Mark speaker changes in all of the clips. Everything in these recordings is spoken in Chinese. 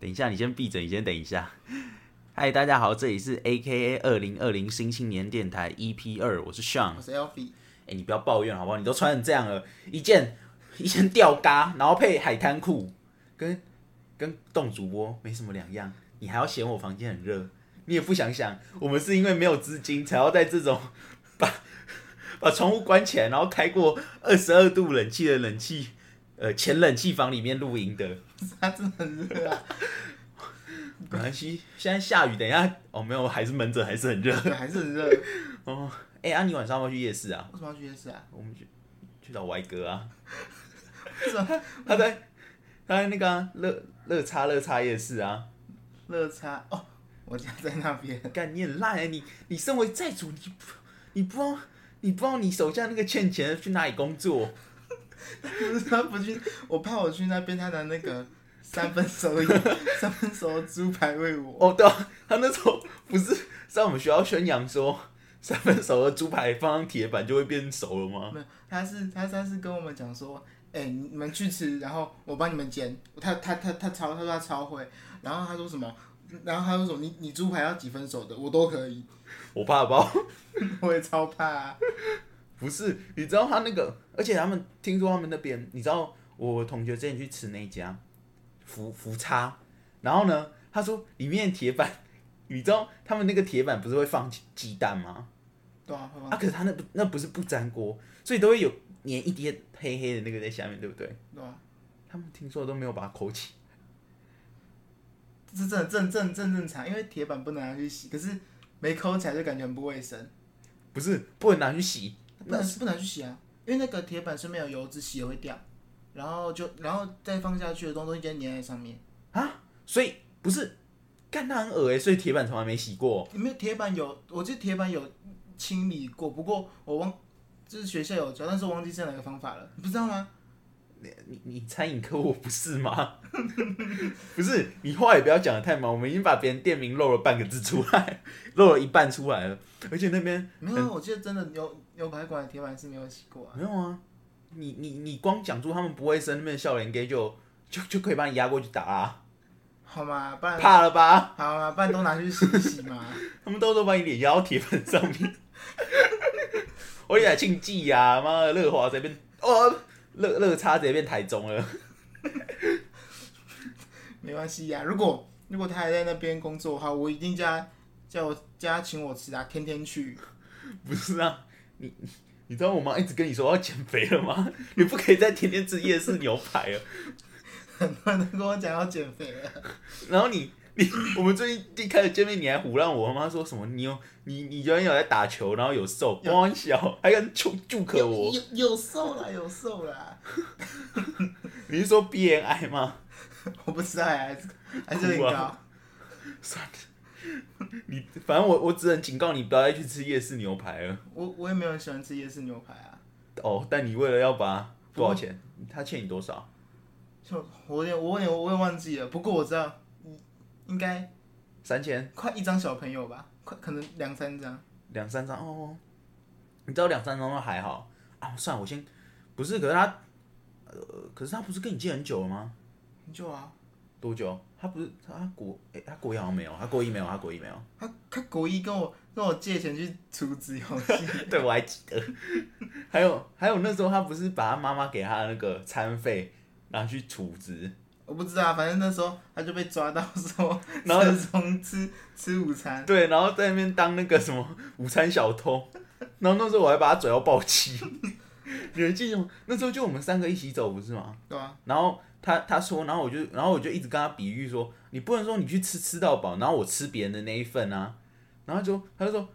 Speaker 1: 欸
Speaker 2: 下，你先闭嘴，你先等一下。 嗨，大家好，这里是 A K A 二零二零新青年电台 E P 二，我是 Sean
Speaker 1: 我。是 Alfie，
Speaker 2: 哎、你不要抱怨好不好？你都穿成这样了，一件 一件吊嘎，然后配海滩裤，跟跟动主播没什么两样。你还要嫌我房间很热，你也不想想，我们是因为没有资金，才要在这种 把把窗户关起来，然后开过二十二度冷气的冷气，呃，前冷气房里面露营的。
Speaker 1: 他真的很热啊，
Speaker 2: 没关系，现在下雨，等一下哦，没有，还是闷着，还是很热。
Speaker 1: 对还是很热。
Speaker 2: 哦， 哎、啊，你晚上要不要去夜市啊？
Speaker 1: 为什么要去夜市啊？
Speaker 2: 我们去去找歪哥啊。
Speaker 1: 是啊，
Speaker 2: 他在他在那个啊乐乐叉乐叉夜市啊，
Speaker 1: 热差哦，我家在那边，
Speaker 2: 干你很烂哎、你你身为债主，你不你不知道你不知道你手下那个欠钱的去哪里工作？
Speaker 1: 不是他不去，我怕我去那边他的那个三分熟一 三分熟猪排喂我，
Speaker 2: 哦，对、啊，他那时候不是在我们学校宣扬说三分熟的猪排放上铁板就会变熟了吗？
Speaker 1: 没有，他是他他是跟我们讲说，哎、你们去吃，然后我帮你们煎，他他他他超他说他超会，然后他说什么，然后他说什么你你猪排要几分熟的，我都可以，
Speaker 2: 我怕包。
Speaker 1: 我也超怕、啊，
Speaker 2: 不是，你知道他那个，而且他们听说他们那边，你知道我同学之前去吃那一家福福叉，然后呢，他说里面的铁板，你知道他们那个铁板不是会放鸡鸡蛋吗？
Speaker 1: 对啊，会吗
Speaker 2: 啊，可是他那不那不是不粘锅，所以都会有粘一叠黑黑的那个在下面，对不对？
Speaker 1: 对啊，
Speaker 2: 他们听说都没有把它抠起，
Speaker 1: 这是正正正正正常，因为铁板不能拿去洗，可是没抠起来就感觉很不卫生，
Speaker 2: 不是不能拿去洗，
Speaker 1: 不能不能去洗啊，因为那个铁板是没有油脂，洗也会掉，然后就然后再放下去的东西就粘在上面，
Speaker 2: 啊所以不是干那很恶欸诶，所以铁板从来没洗过。
Speaker 1: 有没有铁板有，我记得铁板有清理过，不过我忘，就是学校有教，但是我忘记是哪个方法了，你不知道吗？
Speaker 2: 你你餐饮客户不是吗？ 不是，你话也不要讲的太满，我们已经把别人店名漏了半个字出来，漏了一半出来了，而且那边
Speaker 1: 没有啊，我记得真的牛牛排馆的铁板是没有洗过啊，
Speaker 2: 没有啊，你你你光讲出他们不卫生，那边的笑脸给就就就可以把你压过去打啊，
Speaker 1: 好吗？不然
Speaker 2: 怕了吧？
Speaker 1: 好嘛，不然都拿去洗一洗嘛。
Speaker 2: 他们到时候把你脸压到铁板上面， 我也来庆忌呀、妈的，乐华这边哦，乐乐差直接变台中了，
Speaker 1: 没关系呀、如果如果他还在那边工作的话，我一定叫他叫我叫他请我吃啊，天天去。
Speaker 2: 不是啊，你你你知道我妈一直跟你说要减肥了吗？ 你不可以再天天吃夜市牛排了。
Speaker 1: 很多人都跟我讲要减肥了，
Speaker 2: 然后你你我们最近一开始见面，你还胡乱我妈说什么你有你你原来有在打球，然后有瘦，
Speaker 1: 有
Speaker 2: 光小还敢就就 可我，
Speaker 1: 有有瘦啦，有瘦啦，
Speaker 2: 你是说 BMI 吗？
Speaker 1: 我不知道哎、还是还是很
Speaker 2: 哭
Speaker 1: 高
Speaker 2: 啊。算了，你反正我我只能警告你不要再去吃夜市牛排了。
Speaker 1: 我我也没有很喜欢吃夜市牛排啊，
Speaker 2: 哦，但你为了要把多少钱？他欠你多少？
Speaker 1: 就我有点我有点我也忘记了，不过我知道，嗯应该
Speaker 2: 三千、
Speaker 1: 快一张小朋友吧，快可能两三张。
Speaker 2: 两三张哦。你知道两三张都还好啊。算了，我先不是，可是他呃，可是他不是跟你借很久了吗？
Speaker 1: 你就啊，
Speaker 2: 多久？他不是他国哎、他国一好像没有，他国一没有，他国一没有。
Speaker 1: 他他国一跟我跟我借钱去出资游戏，
Speaker 2: 对，我还记得。 还有还有，那时候他不是把他妈妈给他的那个餐费拿去储值，
Speaker 1: 我不知道啊，反正那时候他就被抓到说，
Speaker 2: 然后
Speaker 1: 正宗吃吃午餐，
Speaker 2: 对，然后在那边当那个什么 午餐小偷，然后那时候我还把他嘴到爆气。 你还记得吗？那时候就我们三个一起走，不是吗？
Speaker 1: 对吧、
Speaker 2: 然后他他说，然后我就然后我就一直跟他比喻说，你不能说你去吃吃到饱，然后我吃别人的那一份啊。然后就他就说，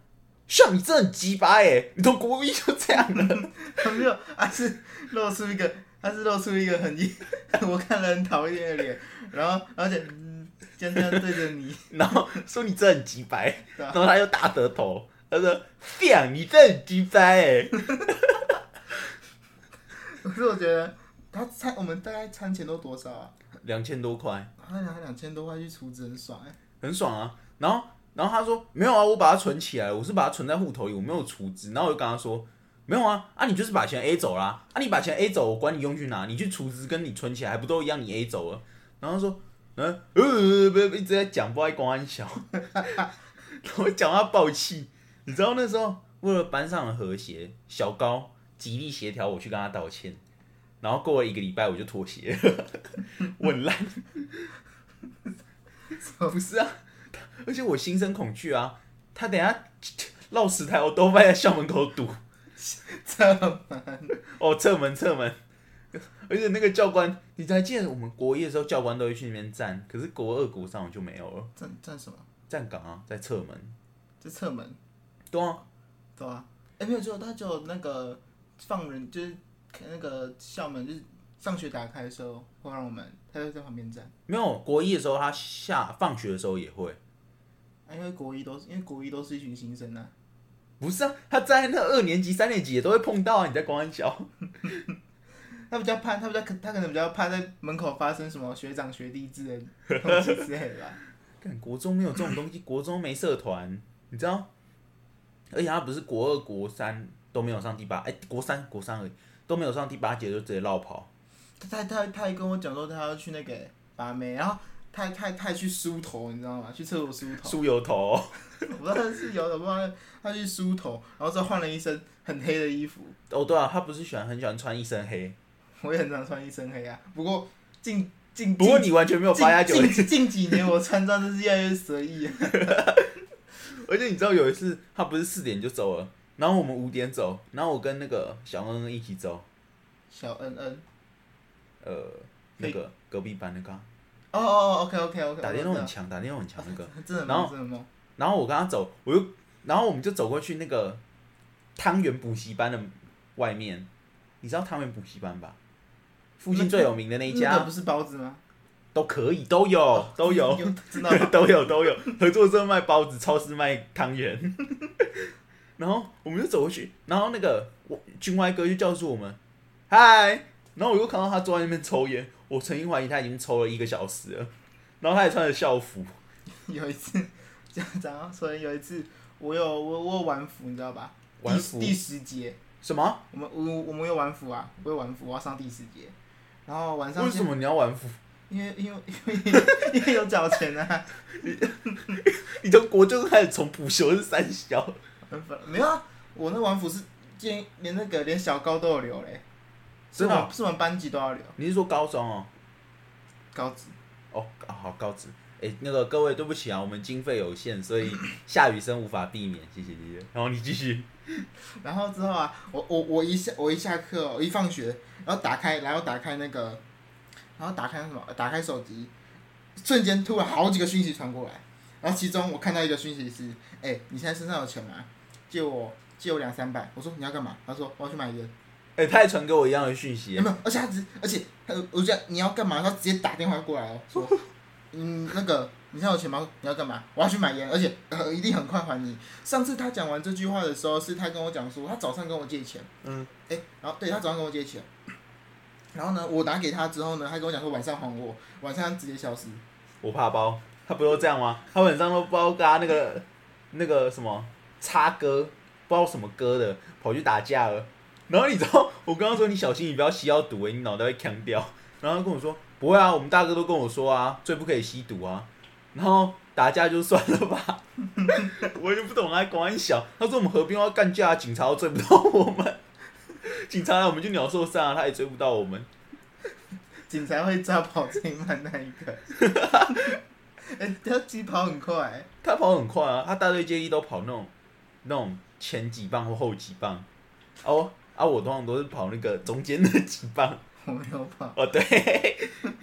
Speaker 2: 像你这很鸡巴哎，你从国一就这样了。
Speaker 1: 他没有，他是露出一个，他是露出一个很厌， 我看了很讨厌的脸，然后而且嗯，这样这样对着你，
Speaker 2: 然后说你这很鸡掰，欸
Speaker 1: 对啊
Speaker 2: 然后他又大舌头，他说像你这很鸡掰哎。
Speaker 1: 可是我觉得他餐我们大概餐钱都多少啊？
Speaker 2: 两千多块，
Speaker 1: 他拿两千多块去出资很爽哎、
Speaker 2: 很爽啊。然后，然后他说没有啊，我把它存起来，我是把它存在户头里，我没有储值。然后我就跟他说没有啊，啊你就是把钱 A 走啦，啊你把钱 A 走，我管你用去哪，你去储值跟你存起来还不都一样，你 A 走了。然后他说嗯，呃，不不一直在讲，不爱公安小， 然后讲他爆气。你知道那时候为了班上的和谐，小高极力协调我去跟他道歉，然后过了一个礼拜我就妥协了， 我很烂。不是啊，而且我心生恐惧啊，他等一下 绕石台我都放在校门口堵。
Speaker 1: 这么
Speaker 2: 哦，侧门侧门，而且那个教官，你还记得我们国一的时候，教官都会去那边站，可是国二、国三我就没有了，
Speaker 1: 站站什么？
Speaker 2: 站岗啊，在侧门。
Speaker 1: 这侧门，
Speaker 2: 对啊，
Speaker 1: 对吧、啊？哎、没有，只有他只有那个放人，就是那个校门，就是上学打开的时候会让我们，他就在旁边站。
Speaker 2: 没有国一的时候，他下放学的时候也会。
Speaker 1: 啊，因为国一都是因为国一都是一群新生啊，
Speaker 2: 不是啊，他站在那二年级、三年级也都会碰到啊。你在公安小，
Speaker 1: 他比较怕，他比较可他可能比较怕在门口发生什么学长学弟之类的东西之类的吧。
Speaker 2: 看国中没有这种东西， 国中没社团，你知道？而且他不是国二、国三都没有上第八，哎、国三、国三而已都没有上第八节，就直接绕跑。
Speaker 1: 他他他他还跟我讲说他要去那个把妹，然后他还他还他还去梳头，你知道吗？去厕所梳头，
Speaker 2: 梳油头，
Speaker 1: 我不知道他是有的，不知道他去梳头，然后之后换了一身很黑的衣服。
Speaker 2: 哦，对啊，他不是喜欢很喜欢穿一身黑，
Speaker 1: 我也很常穿一身黑啊，不过近近
Speaker 2: 不过你完全没有发现他
Speaker 1: 近
Speaker 2: 有一
Speaker 1: 近近几年我穿搭真是越来越随意啊。
Speaker 2: 而且你知道有一次，他不是四点就走了，然后我们五点走，然后我跟那个小恩恩一起走，
Speaker 1: 小恩恩，
Speaker 2: 呃，那个隔壁班那个啊、
Speaker 1: 哦哦哦，OK OK OK，
Speaker 2: 打电动很强，打电动很强那个，
Speaker 1: 真的
Speaker 2: 然
Speaker 1: 梦真的梦，
Speaker 2: 然后我跟他走，我就，然后我们就走过去那个汤圆补习班的外面，你知道汤圆补习班吧？附近最有名的那一
Speaker 1: 那
Speaker 2: 家
Speaker 1: 个不是包子吗？
Speaker 2: 都可以，都有，都有，
Speaker 1: 真的吗
Speaker 2: 都有都有，合作社卖包子，超市卖汤圆。 然后我们就走过去，然后那个我军外哥就叫住我们，嗨。然后我又看到他坐在那边抽烟，我曾经怀疑他已经抽了一个小时了。然后他也穿着校服，
Speaker 1: 有一次，家长所以有一次我有我我有玩服，你知道吧？
Speaker 2: 玩
Speaker 1: 第
Speaker 2: 服
Speaker 1: 第十节，
Speaker 2: 什么？
Speaker 1: 我们我我们有玩服啊，我有玩服，我要上第十节，然后晚上
Speaker 2: 为什么你要玩服？
Speaker 1: 因为因为因为 因为有缴钱啊，
Speaker 2: 你从国中开始从补修是三小，
Speaker 1: 很烦没有啊，我那玩服是连连那个连小高都有留嘞，是
Speaker 2: 真的哦
Speaker 1: 我是我们班级都要留
Speaker 2: 你是说高中哦？
Speaker 1: 高职，
Speaker 2: 哦，啊好高职。哎、那个各位，对不起啊，我们经费有限，所以下雨声无法避免，谢谢你。然后你继续。
Speaker 1: 然后之后啊，我我我一下我一下课哦、我一放学，然后打开然后打开那个，然后打开什么？打开手机，瞬间突然好几个讯息传过来，然后其中我看到一个讯息是，哎、你现在身上有钱吗？借我借我两三百，我说你要干嘛？他说我要去买烟。
Speaker 2: 哎、他也传给我一样的讯息
Speaker 1: 有，没有？而且他直，而且他，我讲你要干嘛？他直接打电话过来哦，说，嗯，那个，你现在有钱吗？你要干嘛？我要去买烟，而且呃，一定很快还你。上次他讲完这句话的时候，是他跟我讲说，他早上跟我借钱，
Speaker 2: 嗯，
Speaker 1: 哎、然后对他早上跟我借钱，然后呢，我打给他之后呢，他跟我讲说晚上还我，晚上他直接消失。
Speaker 2: 我怕包，他不都这样吗？他晚上都不知道跟他那个那个什么插歌，不知道什么歌的，跑去打架了。然后你知道，我刚刚说你小心，你不要吸到毒、欸，你脑袋会呛掉。然后他跟我说不会啊，我们大哥都跟我说啊，最不可以吸毒啊。然后打架就算了吧， 我就不懂啊他管小。他说我们合并要干架，警察都追不到我们，警察来我们就鸟兽散啊，他也追不到我们。
Speaker 1: 警察会抓跑最慢那一个，哎、他其实跑很快、
Speaker 2: 他跑很快啊，他大队接力都跑那种那种前几棒或后几棒。哦啊，我通常都是跑那个中间的几棒。
Speaker 1: 我没有跑。
Speaker 2: 哦，对，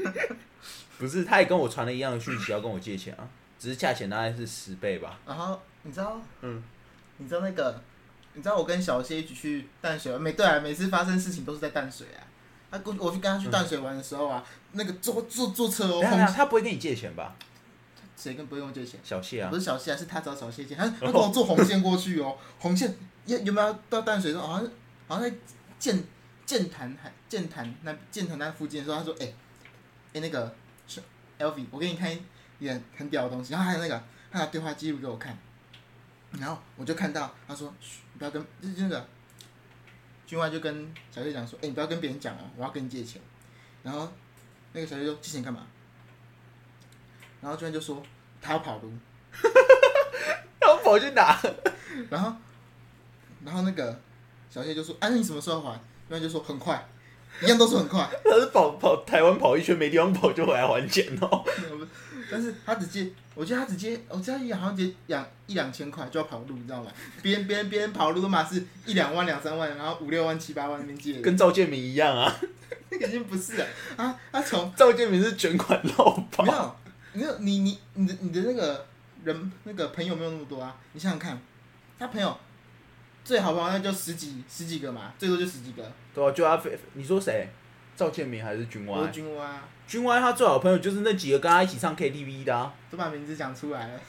Speaker 2: 不是，他也跟我传了一样的讯息，要跟我借钱啊，只是价钱大概是十倍吧。
Speaker 1: 然后你知道，
Speaker 2: 嗯，
Speaker 1: 你知道那个，你知道我跟小谢一起去淡水玩，每对啊，每次发生事情都是在淡水啊。他跟我去跟他去淡水玩的时候啊，那个坐坐坐车哦，
Speaker 2: 嗯等一下等一
Speaker 1: 红
Speaker 2: 下，他不会跟你借钱吧？
Speaker 1: 谁跟不用借钱？
Speaker 2: 小谢啊
Speaker 1: 不，是小谢啊，是他找小谢借， 他他跟我坐红线过去哦，红线原原本要到淡水的时候，好像好像在剑剑潭海剑潭那剑潭那附近的时候，他说：“哎、哎、那个是 Elvi，我给你看一眼很屌的东西。”然后还有那个他拿对话记录给我看，然后我就看到他说：“嘘，你不要跟就是那个军外就跟小谢讲说：‘哎、你不要跟别人讲哦，我要跟你借钱。’然后那个小谢说：‘借钱干嘛？’”然后居然就说他要跑路，
Speaker 2: 然后跑去哪？
Speaker 1: 然后然后那个小谢就说：“啊，那你什么时候还？”居然就说很快，一样都是很快。
Speaker 2: 他是跑跑台湾跑一圈没地方跑就回来还钱哦。
Speaker 1: 但是他只借，我记得他只借，我记得他一好像借两一两千块就要跑路，你知道吗？别人别人别人跑路都嘛是一两万、两三万，然后五六万、七八万那边借的，
Speaker 2: 跟赵建明一样啊，
Speaker 1: 那个已经不是了啊！他从
Speaker 2: 赵建明是卷款绕
Speaker 1: 没
Speaker 2: 跑，
Speaker 1: 有，没有你你你的你的那个人那个朋友没有那么多啊，你想想看，他朋友最好朋友那就十几十几个嘛，最多就十几个，
Speaker 2: 对啊，就他非你说谁？赵建明还是君
Speaker 1: 我
Speaker 2: 歪
Speaker 1: 是？军蛙啊，
Speaker 2: 君歪他最好的朋友就是那几个跟他一起唱 KTV 的啊，
Speaker 1: 都把名字讲出来了，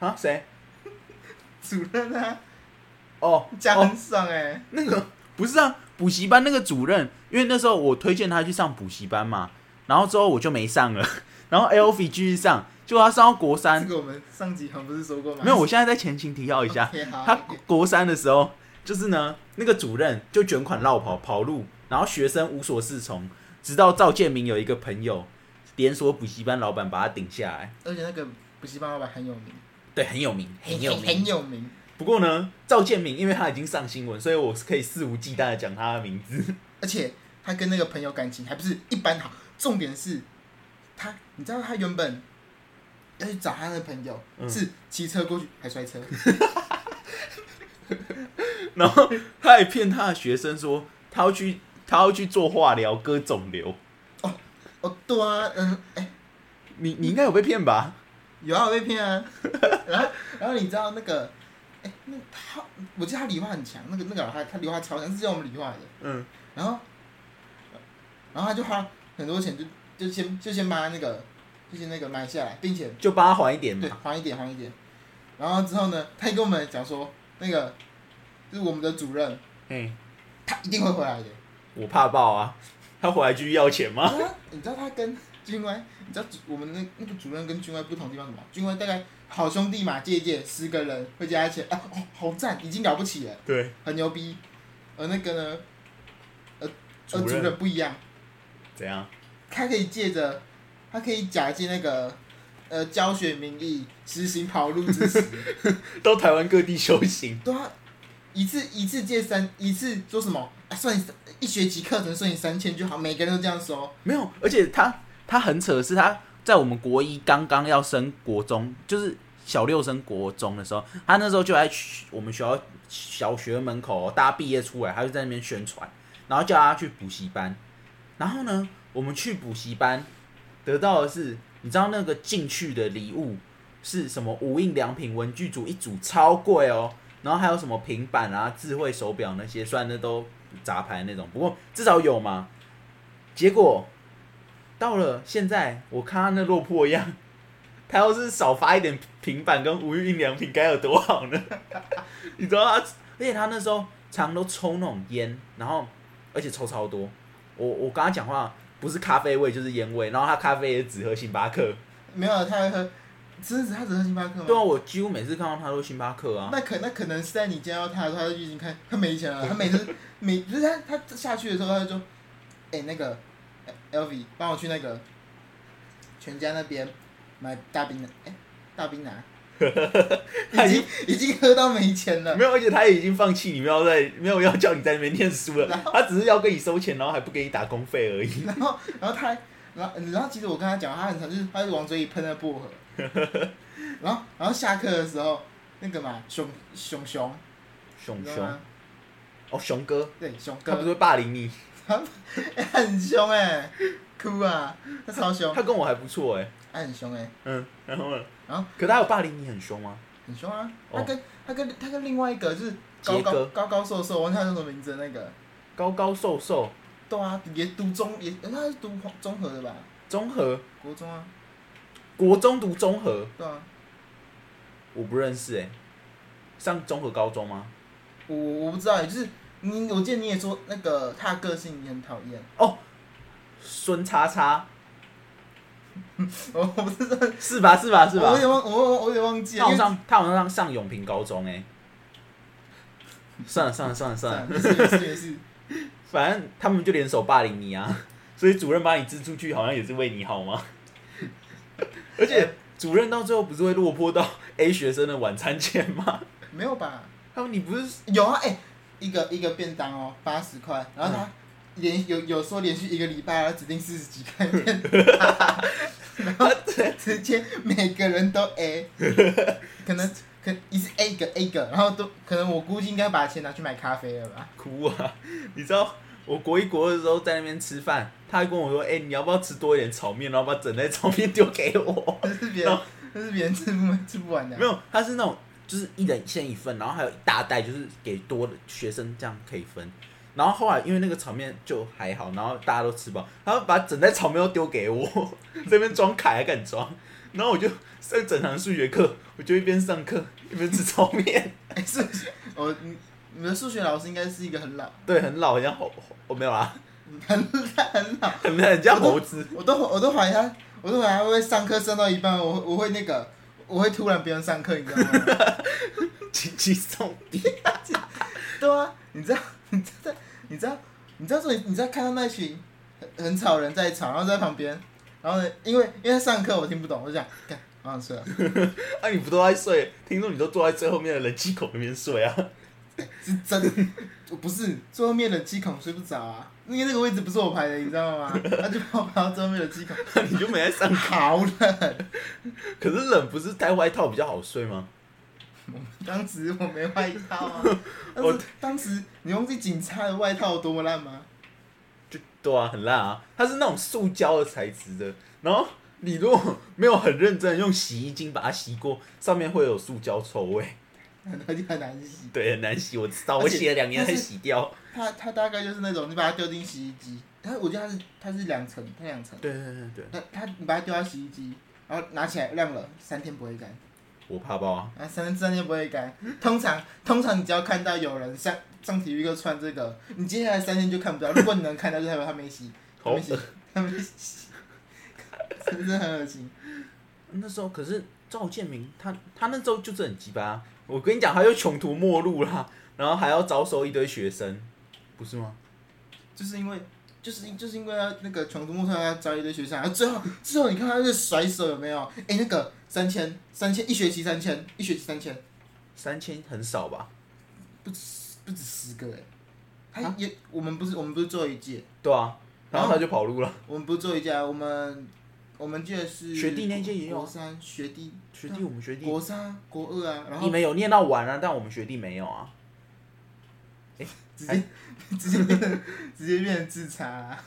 Speaker 2: 啊谁？
Speaker 1: 主任啊，
Speaker 2: 哦
Speaker 1: 讲
Speaker 2: 哦
Speaker 1: 很爽哎、
Speaker 2: 那个不是啊，补习班那个主任，因为那时候我推荐他去上补习班嘛，然后之后我就没上了， 然后 Alfie 继续上，结果他上到国
Speaker 1: 这
Speaker 2: 三，
Speaker 1: 个我们上集好像不是说过吗？
Speaker 2: 哦没有，我现在在前情提要一下，
Speaker 1: OK，好
Speaker 2: 他
Speaker 1: OK
Speaker 2: 国三的时候，就是呢，那个主任就卷款绕跑跑路，然后学生无所适从，直到赵建明有一个朋友，连锁补习班老板把他顶下来，
Speaker 1: 而且那个补习班老板很有名，
Speaker 2: 对，很有名，很有
Speaker 1: 很
Speaker 2: 名。
Speaker 1: 有名。
Speaker 2: 不过呢，赵建明因为他已经上新闻，所以我是可以肆无忌惮的讲他的名字。
Speaker 1: 而且他跟那个朋友感情还不是一般好，重点是他，你知道他原本要去找他的朋友，
Speaker 2: 嗯
Speaker 1: 是骑车过去还摔车，
Speaker 2: 然后他还骗他的学生说他要去他要去做化疗割肿瘤。
Speaker 1: 哦，对啊，嗯，哎、
Speaker 2: 你你应该有被骗吧？
Speaker 1: 有啊，我被骗 啊。然后，然后你知道那个，哎、那他，我记得他理化很强，那个那个老太他理化超强，是叫我们理化的。
Speaker 2: 嗯，
Speaker 1: 然后，呃然后他就花很多钱就，就先就先把他那个，就先那个买下来，并且
Speaker 2: 就帮他还一点
Speaker 1: 对
Speaker 2: 嘛。
Speaker 1: 还一点还一点。然后之后呢，他还跟我们讲说，那个就是我们的主任，
Speaker 2: 嘿，
Speaker 1: 他一定会回来的。
Speaker 2: 我怕爆啊！他回来继续要钱吗？
Speaker 1: 啊、你知道他跟军威，你知道主我们那那个主任跟军威不同的地方是什么？军威大概好兄弟嘛，借一借十个人会加起来，啊，哦，好赞，已经了不起了，
Speaker 2: 对，
Speaker 1: 很牛逼。而那个呢，呃，
Speaker 2: 主
Speaker 1: 主
Speaker 2: 任
Speaker 1: 任不一样，
Speaker 2: 怎样？
Speaker 1: 他可以借着，他可以假借那个。呃，教学名义实行跑路之实，
Speaker 2: 到台湾各地修行，
Speaker 1: 对啊，一次一次借三，一次说什么？啊、算你三一学期课程算你三千就好，每个人都这样收。
Speaker 2: 没有，而且他他很扯，是他在我们国一刚刚要升国中，就是小六升国中的时候，他那时候就在学我们学校小学门口，大家毕业出来，他就在那边宣传，然后叫他去补习班，然后呢，我们去补习班得到的是，你知道那个进去的礼物是什么？无印良品文具组一组超贵哦，然后还有什么平板啊、智慧手表那些，虽然那都杂牌那种，不过至少有嘛。结果到了现在，我看他那落魄样， 他要是少发一点平板跟无印良品，该有多好呢？ 你知道他，而且他那时候常都抽那种烟，然后而且抽超多。我我跟他讲话不是咖啡味就是烟味，然后他咖啡也只喝星巴克。
Speaker 1: 没有，他还喝，真的是他只喝星巴克吗？
Speaker 2: 对啊，我几乎每次看到他都星巴克啊。
Speaker 1: 那可那可能是在你见到他的时候，他就已经看他没钱了。他每次每就是他他下去的时候，他就说：“哎、那个 L V，帮我去那个全家那边买大冰奶，哎、大冰 奶。”已经已经喝到没钱了。
Speaker 2: 没有，而且他也已经放弃你，没有在没有要叫你在那边 念书了
Speaker 1: 然，
Speaker 2: 他只是要跟你收钱，然后还不给你打工费而已。
Speaker 1: 然后，然后他还，然后，然后其实我跟他讲，他很常就是他就往嘴里喷那薄荷， 然后，然后下课的时候，那个嘛，熊熊熊，
Speaker 2: 熊
Speaker 1: 你知道
Speaker 2: 熊
Speaker 1: 吗
Speaker 2: 哦，熊哥，
Speaker 1: 对，熊
Speaker 2: 他不是
Speaker 1: 哥，
Speaker 2: 会霸凌你？
Speaker 1: 哎、 很凶哎、哭啊，他超凶，
Speaker 2: 他跟我还不错哎、
Speaker 1: 他很凶哎、
Speaker 2: 嗯，然后呢？
Speaker 1: 然后，
Speaker 2: 可他有霸凌你很凶吗？
Speaker 1: 很凶啊，
Speaker 2: 哦
Speaker 1: 他跟、他跟他跟另外一个就是高
Speaker 2: 杰哥
Speaker 1: 高高高瘦瘦，我忘记他叫什么名字的那个，
Speaker 2: 高高瘦瘦，
Speaker 1: 对啊，也读中也，他是读综合的吧，
Speaker 2: 综合
Speaker 1: 国中啊，
Speaker 2: 国中读综合，
Speaker 1: 对啊，
Speaker 2: 我不认识哎、上综合高中吗？
Speaker 1: 我我不知道，就是你，我记得你也说那个他的个性你很讨厌。
Speaker 2: 孙叉叉
Speaker 1: 我我不知道，
Speaker 2: 是吧？是吧？是吧
Speaker 1: 我有？点忘，我我我有点忘记了。
Speaker 2: 他好
Speaker 1: 因为
Speaker 2: 像他好像上上永平高中哎、算了算了算了算了，
Speaker 1: 没事没事没事，
Speaker 2: 反正他们就 联手霸凌你啊，所以主任把你支出去好像也是为你好吗？而且主任到最后不是会落魄到 A 学生的晚餐钱吗？
Speaker 1: 没有吧？
Speaker 2: 他说你不是
Speaker 1: 有啊，哎、一个一个便当哦，八十块，然后
Speaker 2: 嗯
Speaker 1: 他连、有有说连续一个礼拜要指定四十几块 便当，然后直接每个人都 A，可能可一次 A 一个 A 一个，然后都可能我估计应该把钱拿去买咖啡了吧？
Speaker 2: 哭啊？你知道我国一国二的时候在那边吃饭，他还跟我说：“哎、你要不要吃多一点炒面？然后把整袋炒面丢给我
Speaker 1: 这是别人这是别人吃不吃不完？”的
Speaker 2: 哦没，有，他是那种就是一人先一份，然后还有一大袋，就是给多的学生这样可以分。然后后来因为那个炒面就还好，然后大家都吃饱，他把整袋炒面都丢给我， 这边装凯还敢装，然后我就上整堂数学课，我就一边上课一边吃炒面。
Speaker 1: 哎、数学我你你们数学老师应该是一个很老
Speaker 2: 对，很老，很像猴，我没有啦，
Speaker 1: 很老很老。
Speaker 2: 很很像猴子。
Speaker 1: 我都我都怀疑他，我都怀疑他会不会上课上到一半，我我会那个，我会突然不用上课，你知道吗？
Speaker 2: 亲戚送弟，
Speaker 1: 对啊，你知道，你知道，你知道，你知道这里，你知道看到那群很很吵人在吵，然后在旁边，然后呢，因为因为他上课我听不懂，我就想，干，我想睡了，
Speaker 2: 啊，你不都在睡？听说你都坐在最后面的冷气孔那边睡啊？
Speaker 1: 是真的，我不是最后面冷气孔睡不着啊，因为那个位置不是我排的，你知道吗？他就把我排到最后面冷气孔，
Speaker 2: 你就没在 上。
Speaker 1: 好冷。
Speaker 2: 可是冷不是戴外套比较好睡吗？
Speaker 1: 当时我没外套啊，
Speaker 2: 我
Speaker 1: 当时当时你忘记警察的外套有多么烂吗？
Speaker 2: 就对啊，很烂啊。它是那种塑胶的材质的，然后你如果没有很认真地用洗衣精把它洗过，上面会有塑胶臭味，
Speaker 1: 而且很难洗。
Speaker 2: 对，很难洗。我知道，我
Speaker 1: 而且
Speaker 2: 洗了两年
Speaker 1: 它
Speaker 2: 才
Speaker 1: 是
Speaker 2: 洗掉。
Speaker 1: 它它大概就是那种，你把它丢进洗衣机，它我觉得它是它是两层，它两层，
Speaker 2: 对对对对，
Speaker 1: 它它你把它丢到洗衣机，然后拿起来晾了三天不会干，
Speaker 2: 我怕爆啊！
Speaker 1: 啊三三天不会干。通常通常你只要看到有人上上体育课穿这个，你接下来三天就看不到。如果你能看到，就代表他没洗，他
Speaker 2: 好
Speaker 1: 没，洗，他没洗，是不是很恶心？
Speaker 2: 那时候可是赵建明他他那时候就是很鸡巴、我跟你讲，他又穷途末路啦，然后还要招收一堆学生，不是吗？
Speaker 1: 就是因为就是因就是因为他那个穷途末路，他招一堆学生，然后最后最后你看他是甩手有没有？哎、那个三千三千一学期三千一学期三千，
Speaker 2: 三千很少吧？
Speaker 1: 不止十个哎、他
Speaker 2: 啊
Speaker 1: 也、我们不是我们不是最后一届，
Speaker 2: 对啊，然
Speaker 1: 然
Speaker 2: 后
Speaker 1: 后
Speaker 2: 他就跑路了。
Speaker 1: 我们不是最后一届啊，我们我们届是
Speaker 2: 学弟那届也有啊
Speaker 1: 国三学弟
Speaker 2: 学弟，我们学弟，
Speaker 1: 国三啊国二啊，然
Speaker 2: 你
Speaker 1: 后
Speaker 2: 们有念到完啊，但我们学弟没有啊。
Speaker 1: 直接直接变成 直接变成自查、啊，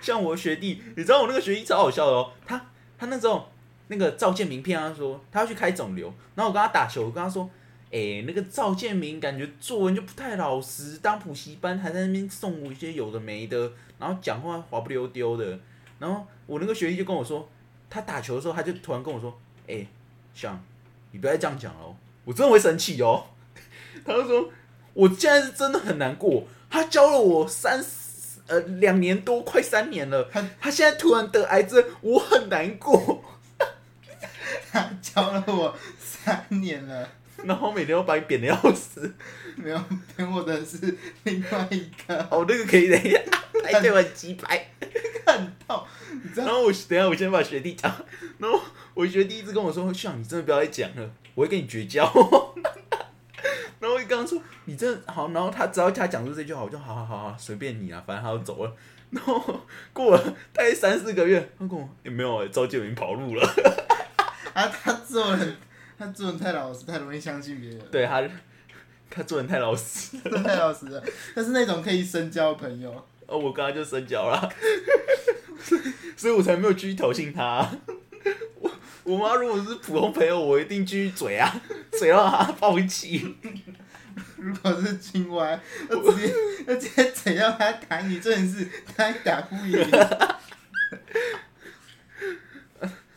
Speaker 2: 像我学弟，你知道我那个学弟超好笑的哦，他他那时候那个赵建明骗他说他要去开肿瘤，然后我跟他打球，我跟他说，哎、那个赵建明感觉作文就不太老实，当补习班还在那边送我一些有的没的，然后讲话滑不溜丢的，然后我那个学弟就跟我说，他打球的时候他就突然跟我说，哎、想你不要再这样讲了哦，我真的会生气哦， 他就说我现在是真的很难过，他教了我三十呃两年多快三年了，
Speaker 1: 他
Speaker 2: 他现在突然得癌症，我很难过。
Speaker 1: 他教了我三年了，
Speaker 2: 然后每天都把你扁的要死。
Speaker 1: 没有等我的是另外一个
Speaker 2: 哦，那个可以等一下， 哎，对我很鸡掰。
Speaker 1: 看到，你知道
Speaker 2: 然后我等一下我先把学弟讲，然后我学弟一直跟我说：“像你真的不要再讲了，我会跟你绝交。” 然后我就跟他说：“你真的好。”然后他只要他讲出这句话，我就好好好好，随便你啊，反正他要走了。 然后过了大概三四个月，他跟我也、没有、欸，赵建明跑路了。
Speaker 1: 啊，他做人，他做人太老实，太容易相信别人，
Speaker 2: 对他，他做人太老实。
Speaker 1: 真的太老实了。他是那种可以深交的朋友，
Speaker 2: 哦，我刚刚就深交啦， 所以我才没有继续挑衅他、我我妈如果是普通朋友，我一定继续嘴啊，嘴到她放弃。
Speaker 1: 如果是青蛙，他直接他直接怎样他打你，真的是他还打不 赢你。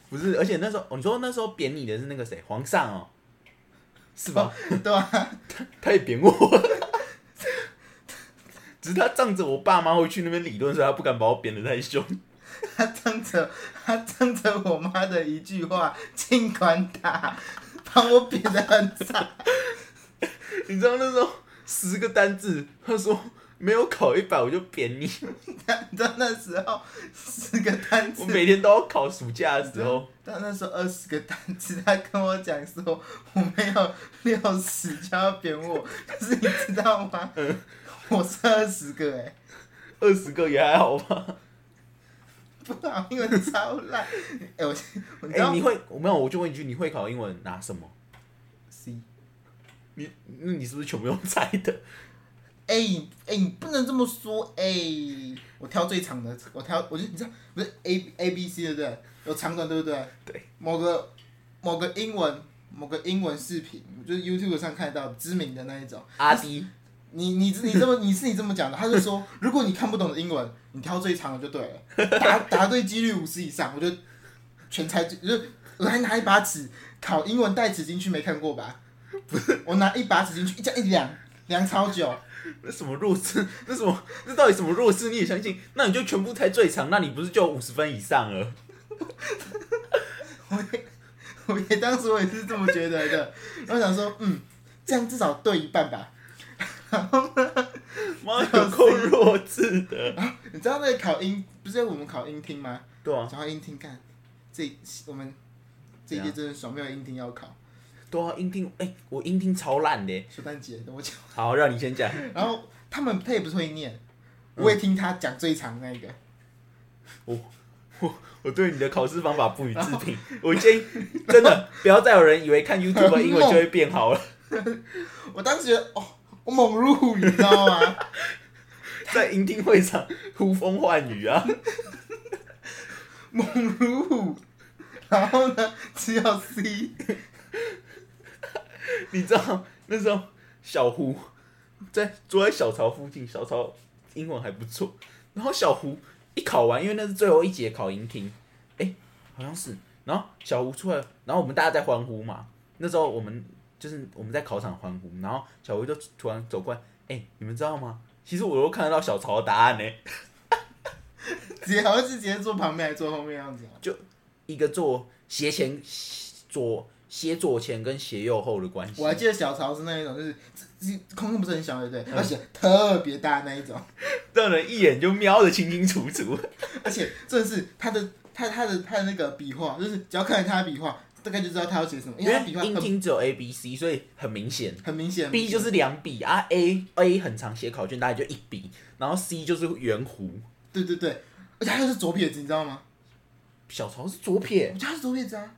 Speaker 2: 不是，而且那时候、哦你说那时候贬你的是那个谁，皇上哦，是吧？
Speaker 1: 对啊，
Speaker 2: 他也贬我，只是他仗着我爸妈会去那边理论，所以他不敢把我贬得太凶。
Speaker 1: 他仗着他仗着我妈的一句话，尽管打，把我贬得很惨。
Speaker 2: 你知道那时候十个单字，他说没有考一百我就扁你。
Speaker 1: 但那时候十个单
Speaker 2: 我
Speaker 1: 词，
Speaker 2: 每天都要考暑假的时候，
Speaker 1: 但那时候二十个单词，他跟我讲说我没有六十就要扁我，可是你知道吗？我是二十个哎、
Speaker 2: 二十个也还好吧。
Speaker 1: 不好，因为超烂。哎、我我你知
Speaker 2: 哎、
Speaker 1: 道、
Speaker 2: 你会我没有？我就问一句，你会考英文拿什么？
Speaker 1: C
Speaker 2: 你那你是不是全部用猜的？
Speaker 1: 哎、哎、你不能这么说哎、我挑最长的，我挑，我就你知道，不是 A A B C 对不对？有长短对不对？
Speaker 2: 对。
Speaker 1: 某个某个英文某个英文视频，就是 YouTube 上看得到知名的那一种。
Speaker 2: 阿迪，
Speaker 1: 你你你这么你是你这么讲的，他就说，如果你看不懂的英文，你挑最长的就对了，答答对几率五十以上，我就全猜最，就是我还拿一把尺，考英文带尺进去没看过吧？不是，我拿一把尺进去，一这样一量量超久，
Speaker 2: 那什么弱智？ 那什么？那到底什么弱智？你也相信？那你就全部猜最长，那你不是就五十分以上 了？
Speaker 1: 我也我也当时我也是这么觉得的，然后想说，嗯，这样至少对一半吧。
Speaker 2: 妈，有够弱智的。
Speaker 1: 你知道那个考英不是我们考英听吗？
Speaker 2: 对啊，
Speaker 1: 讲到英听干，这我们这一届真的爽，没有英听要考，
Speaker 2: 对啊，音听，哎、我音听超烂的。
Speaker 1: 圣诞节我讲。
Speaker 2: 好，让你先讲。
Speaker 1: 然后他们他也不是会念，我也听他讲最长那个，
Speaker 2: 我对你的考试方法不予置 评。我建议真的不要再有人以为看 YouTube 英文就会变好了，
Speaker 1: 我当时觉得哦，我猛入，你知道吗？
Speaker 2: 在音听会上呼风唤雨啊！
Speaker 1: 猛入，然后呢，只有 C，
Speaker 2: 你知道那时候小胡在坐在小曹附近，小曹英文还不错。然后小胡一考完，因为那是最后一节考音听，哎、好像是。然后小胡出来，然后我们大家在欢呼嘛。那时候我们就是我们在考场欢呼，然后小胡就突然走过来，哎、你们知道吗？其实我都看得到小曹的答案呢、
Speaker 1: 直接好像是直接坐旁边还是坐后面样子啊。
Speaker 2: 一个做斜前左斜左前跟斜右后的关系
Speaker 1: 我。还记得小曹是那一种，就是这这空空不是很小，对不对？
Speaker 2: 嗯
Speaker 1: 而且特别大那一种，
Speaker 2: 让人一眼就瞄得清清楚楚。
Speaker 1: 而且真的是他的他他的他的那个笔画，就是只要看着他的笔画，大概就知道他要写什么，因
Speaker 2: 因
Speaker 1: 为
Speaker 2: 为
Speaker 1: 他笔画
Speaker 2: 音
Speaker 1: 很
Speaker 2: 听只有 A、B、C，所以很明显。
Speaker 1: 很明显。
Speaker 2: B 就是两笔啊，A A 很常写考卷，大概就一笔，然后 C 就是圆弧。
Speaker 1: 对对对，而且他又是左撇子，你知道吗？
Speaker 2: 小曹是左撇
Speaker 1: 我，觉得他是左撇子啊，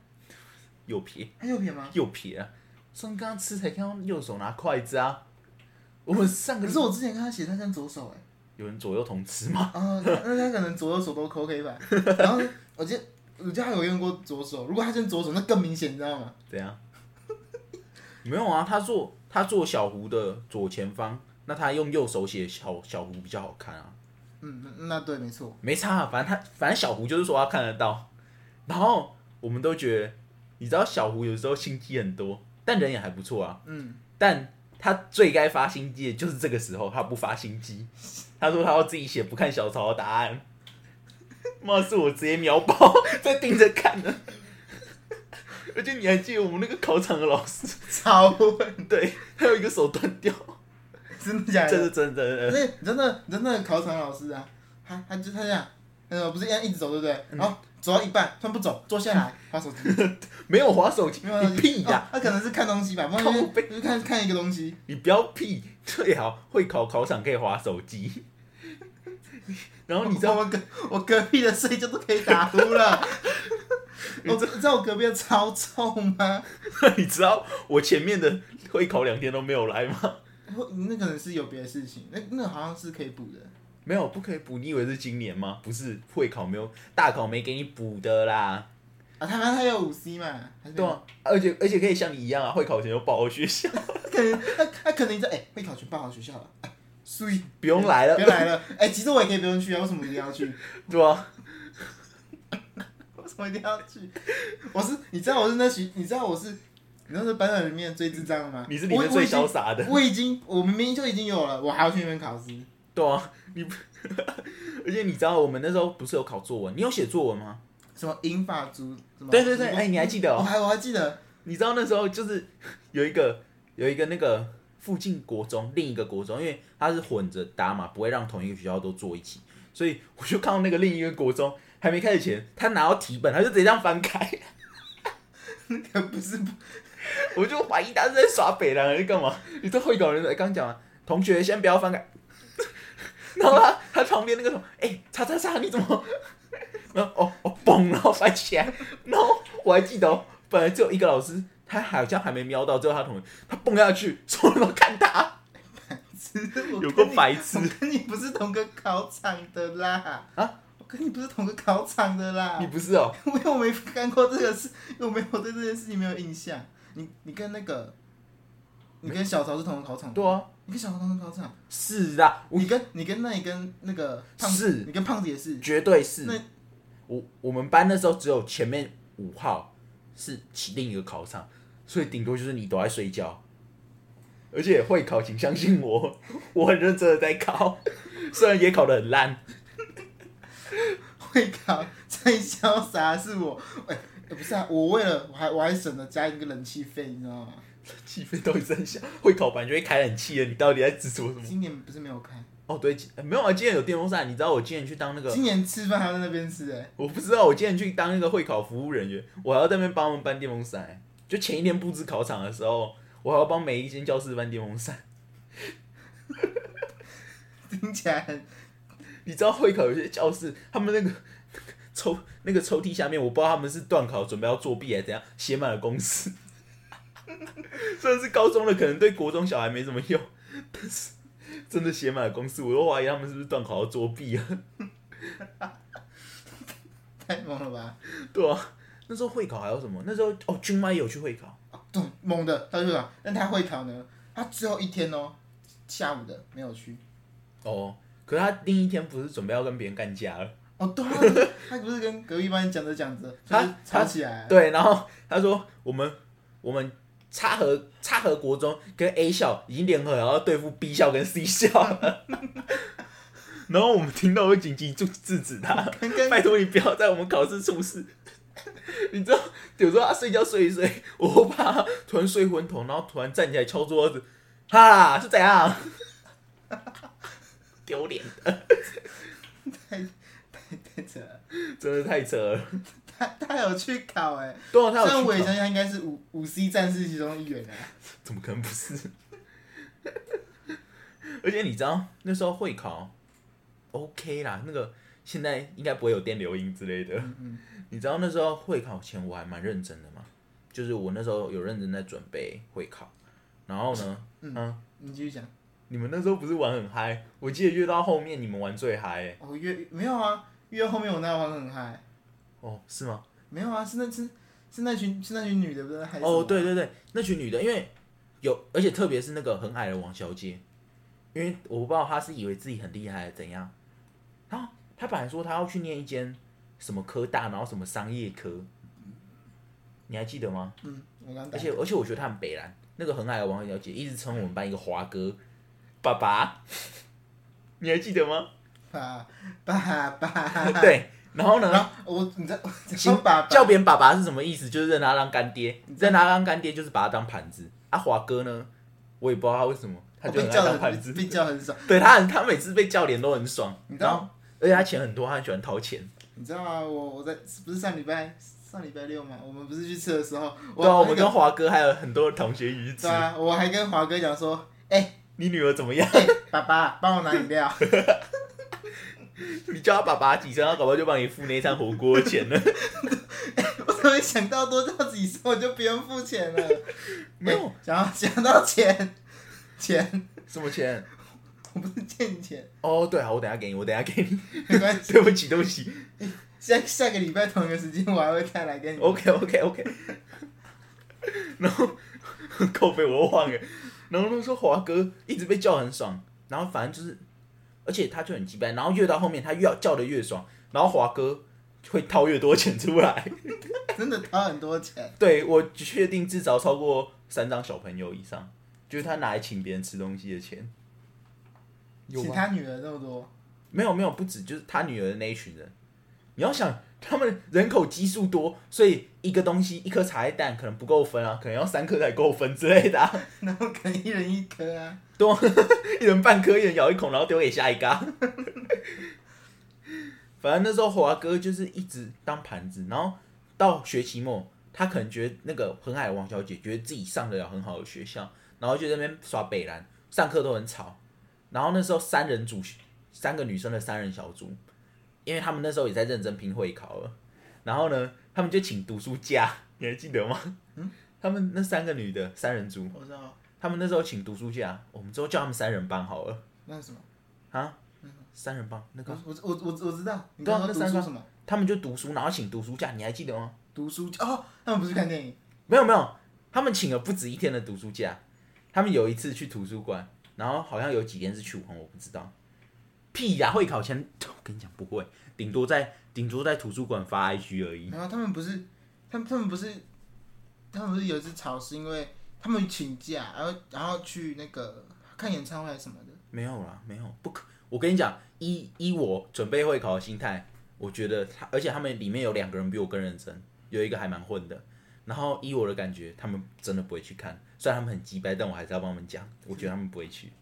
Speaker 2: 右撇，
Speaker 1: 他右撇吗？
Speaker 2: 右撇啊！上刚刚吃才看到右手拿筷子啊。我们上个
Speaker 1: 可是我之前看他写他像左手哎、
Speaker 2: 有人左右同吃吗？
Speaker 1: 欸，啊、那那他可能左右手都 OK 吧。然后我记得我记得他有用过左手，如果他用左手，那更明显，你知道吗？
Speaker 2: 怎样？没有啊，他做他做小胡的左前方，那他用右手写小小胡比较好看啊。
Speaker 1: 嗯，那那对，没错。
Speaker 2: 没差、啊，反正他反正小胡就是说他看得到，然后我们都觉得，你知道小胡有时候心机很多，但人也还不错啊。
Speaker 1: 嗯，
Speaker 2: 但他最该发心机的就是这个时候，他不发心机， 他说他要自己写不看小曹的答 案，貌似我直接秒爆，在盯着看呢。 而且你还记得我们那个考场的老师，
Speaker 1: 超会，
Speaker 2: 对他有一个手断掉，
Speaker 1: 真的假
Speaker 2: 这
Speaker 1: 的？
Speaker 2: 是真的。
Speaker 1: 可
Speaker 2: 真的
Speaker 1: 是你真的你真的考场老师啊，他他就他这样，呃，不是一样一直走对不
Speaker 2: 嗯
Speaker 1: 对？然后走到一半，突然不走，坐下来划手机，
Speaker 2: 没有滑手机，
Speaker 1: 没有东
Speaker 2: 你
Speaker 1: 西
Speaker 2: 屁
Speaker 1: 哦
Speaker 2: 呀、
Speaker 1: 他可能是看东西吧，不然
Speaker 2: 靠
Speaker 1: 就是
Speaker 2: 背
Speaker 1: 就是看看一个东西。
Speaker 2: 你不要屁，最好会考考场可以划手机。 然后你知道，
Speaker 1: 我隔我隔壁的睡觉都可以打呼了。我知道我隔壁的超臭吗？
Speaker 2: 你知道我前面的会考两天都没有来吗？
Speaker 1: 或那可能是有别的事情，那那好像是可以补的。
Speaker 2: 没有，不可以补。你以为是今年吗？不是，会考没有，大考没给你补的啦。
Speaker 1: 啊，他他有五 C 嘛？还是没
Speaker 2: 对
Speaker 1: 有
Speaker 2: 啊，而且而且可以像你一样啊，会考前就报我学校，
Speaker 1: 他可能他他可能在哎、会考全报好学校了，哎所以
Speaker 2: 不用来了
Speaker 1: 别，来了。哎、其实我也可以不用去啊，为什么一定要去？
Speaker 2: 对啊，
Speaker 1: 为什么一定要去？ 我是你知道我是那群，你知道我是你知道是班上里面最智障的吗？
Speaker 2: 你是里面最潇洒的，
Speaker 1: 我我已经我已经我明明就已经有了，我还要去那边考试。
Speaker 2: 对啊，你 不，而且你知道我们那时候不是有考作文，你有写作文吗？
Speaker 1: 什么英法族？什么
Speaker 2: 对对对，
Speaker 1: 什么
Speaker 2: 哎、你还记得哦
Speaker 1: 我？还我还记得，
Speaker 2: 你知道那时候就是有一个有一个那个附近国中另一个国中，因为它是混着搭嘛，不会让同一个学校都坐一起，所以我就看到那个另一个国中还没开始前，他拿到题本，他就直接这样翻开，
Speaker 1: 那个不是
Speaker 2: 我就怀疑他是在耍北狼还是干嘛？ 你这会搞人的，刚讲完，同学先不要翻 开，然后他他旁边那个什么，哎、叉叉叉，你怎么？ 然后哦哦嘣，然后翻起来， 然后我还记得、哦，本来只有一个老师，他好像还没瞄到，最后他同学他蹦下去，所有人都看他，有个白痴
Speaker 1: 我跟你不是同个考场的啦！
Speaker 2: 啊，
Speaker 1: 我跟你不是同个考场的啦！
Speaker 2: 你不是哦？
Speaker 1: 我又没干过这个事，我没有对这件事情没有印象。你你跟那个，你跟小曹是同个考场的，
Speaker 2: 对啊，
Speaker 1: 你跟小曹同个考场，
Speaker 2: 是啊，我
Speaker 1: 你跟你跟那你跟那个胖
Speaker 2: 是
Speaker 1: 子，你跟胖子也是，
Speaker 2: 绝对是
Speaker 1: 那。
Speaker 2: 我我们班那时候只有前面五号是起另一个考场，所以顶多就是你都在睡觉。而且会考，请相信我， 我很认真的在考， 虽然也考得很烂。
Speaker 1: 会考最潇洒是我，哎、哎不是啊，我为了我还我还省了加一个冷气费，你知道吗？
Speaker 2: 气氛到底在想，会考本来就会开冷气了，你到底在执着什么？
Speaker 1: 今年不是没有开，
Speaker 2: 哦，对，今呃没有啊，今天有电风扇。你知道我今天去当那个，
Speaker 1: 今年吃饭还要在那边吃、哎，
Speaker 2: 我不知道我今天去当那个会考服务人员，我还要在那边帮他们搬电风扇、欸就前一天布置考场的时候，我还要帮每一间教室搬电风扇。
Speaker 1: 听起来很
Speaker 2: 你知道会考有些教室，他们那个 抽那个抽屉下面，我不知道他们是断考准备要作弊还是怎样，写满了公式。虽然是高中的，可能对国中小孩没什么用， 但是真的写满了公式，我都怀疑他们是不是断考要作弊啊？
Speaker 1: 太猛了吧？
Speaker 2: 对啊，那时候会考还有什么？那时候哦，军妈也有去会考，
Speaker 1: 对，猛的，他就讲，但他会考呢，他最后一天哦，下午的没有去。
Speaker 2: 哦，可是他另一天不是准备要跟别人干架了？
Speaker 1: 哦，对啊， 他不是跟隔壁班讲着讲着，就
Speaker 2: 他
Speaker 1: 是吵起来了，啊
Speaker 2: 对，然后他说我们我们差和差和国中跟 A 校已经联合，然后对付 B 校跟 C 校了 然后我们听到会紧急制制止他，
Speaker 1: 跟跟
Speaker 2: 拜托你不要在我们考试出事。你知道，有时候他睡觉睡一睡，我怕他突然睡昏头，然后突然站起来敲桌子，哈啦是怎样？ 丢脸，
Speaker 1: 太扯了。
Speaker 2: 真的太扯了。
Speaker 1: 他 他有去考哎、
Speaker 2: 对啊，他有
Speaker 1: 虽然
Speaker 2: 去
Speaker 1: 我以
Speaker 2: 考
Speaker 1: 前他应该是五五 C 战士其中一员啊。
Speaker 2: 怎么可能不是？ 而且你知道那时候会考，OK 啦，那个现在应该不会有电流音之类的。
Speaker 1: 嗯嗯，
Speaker 2: 你知道那时候会考前我还蛮认真的嘛，就是我那时候有认真在准备会考，然后呢，嗯、
Speaker 1: 嗯你继续讲。
Speaker 2: 你们那时候不是玩很嗨？我记得越到后面你们玩最嗨、欸，
Speaker 1: 哦，越没有啊，越后面我那玩很嗨，
Speaker 2: 哦，是吗？
Speaker 1: 没有啊，是那是是那群是那群女的不是嗨什么啊？
Speaker 2: 哦，对对对，那群女的，因为有，而且特别是那个很矮的王小姐，因为我不知道她是以为自己很厉害还是怎样，她她本来说她要去念一间什么科大，然后什么商业科，你还记得吗？
Speaker 1: 嗯，我刚
Speaker 2: 而
Speaker 1: 打。
Speaker 2: 且而且我觉得她很北蓝，那个很矮的王小姐一直称我们班一个华哥爸爸， 你还记得吗？
Speaker 1: 爸爸爸，
Speaker 2: 对，然后呢？
Speaker 1: 然后我你知道，
Speaker 2: 行
Speaker 1: 叫爸爸
Speaker 2: 叫别人爸爸是什么意思？就是认他当干爹，认他当干爹就是把他当盘子。啊，华哥呢，我也不知道他为什么，他
Speaker 1: 我被
Speaker 2: 就很爱
Speaker 1: 叫
Speaker 2: 当
Speaker 1: 的
Speaker 2: 盘子。
Speaker 1: 被叫很少，
Speaker 2: 对他很，他每次被叫脸都很爽，
Speaker 1: 你知
Speaker 2: 然
Speaker 1: 道
Speaker 2: 后而且他钱很多，他很喜欢掏钱。
Speaker 1: 你知道吗？我我在不是上礼拜上礼拜六嘛，我们不是去吃的时候，
Speaker 2: 对啊，我们
Speaker 1: 那个
Speaker 2: 跟华哥还有很多同学一起吃
Speaker 1: 对。啊，我还跟华哥讲说，哎、
Speaker 2: 你女儿怎么样？
Speaker 1: 哎、爸爸帮我拿饮料，
Speaker 2: 你叫他爸爸几声，他搞不好就帮你付那一餐火锅的钱了。
Speaker 1: 我怎么没想到多叫几声我就不用付钱了？
Speaker 2: 没有
Speaker 1: 哎，想要 想到钱， 钱，
Speaker 2: 什么钱？
Speaker 1: 我不是欠你钱，
Speaker 2: 哦，对啊，我等一下给你，我等一下给你。
Speaker 1: 没关系，
Speaker 2: 对不起，对不起。
Speaker 1: 下下个礼拜同一个时间我还会再来 跟你。
Speaker 2: OK OK OK，然后 靠背我忘了，然后他说华哥一直被叫很爽，然后反正就是，而且他就很鸡掰，然后越到后面他越要叫的越爽，然后华哥会掏越多钱出来，
Speaker 1: 真的掏很多钱，
Speaker 2: 对我确定至少超过三张小朋友以上，就是他拿来请别人吃东西的钱，有
Speaker 1: 请
Speaker 2: 吗？
Speaker 1: 他女儿那么多，
Speaker 2: 没有没有，不止就是他女儿的那一群人，你要想他们人口基数多，所以一个东西一颗茶叶蛋可能不够分啊，可能要三颗才够分之类的、啊，
Speaker 1: 然后可能一人一颗啊。
Speaker 2: 一人半颗，一人咬一口，然后丢给下一个啊。 反正那时候华哥就是一直当盘子，然后到学期末，他可能觉得那个很海的王小姐觉得自己上得了很好的学校，然后就在那边耍北兰，上课都很吵。然后那时候三人组，三个女生的三人小组，因为他们那时候也在认真拼会考了。然后呢，他们就请读书假， 你还记得吗？嗯，他们那三个女的三人组，
Speaker 1: 我知道，
Speaker 2: 他们那时候请读书假，我们之后叫他们三人帮好了。
Speaker 1: 那是什么？
Speaker 2: 啊，三人帮那个，
Speaker 1: 我我我我我知道，你
Speaker 2: 对啊
Speaker 1: 刚刚
Speaker 2: 那
Speaker 1: 读
Speaker 2: 三
Speaker 1: 书
Speaker 2: 个
Speaker 1: 什么？
Speaker 2: 他们就读书，然后请读书假，你还记得吗？
Speaker 1: 读书哦，他们不是看电影，
Speaker 2: 没有没有，他们请了不止一天的读书假，他们有一次去图书馆，然后好像有几天是去玩，我不知道。屁呀、会考前我跟你讲不会，顶多在顶多在图书馆发 IG 而已。
Speaker 1: 然后他们不是，他们他们不是，他们不是有一次吵是因为他们请假，然后然后去那个看演唱会还是什么的，
Speaker 2: 没有啦，没有不可。我跟你讲，依依我准备会考的心态，我觉得他，而且他们里面有两个人比我更认真，有一个还蛮混的。然后依我的感觉，他们真的不会去看，虽然他们很鸡掰，但我还是要帮他们讲，我觉得他们不会去。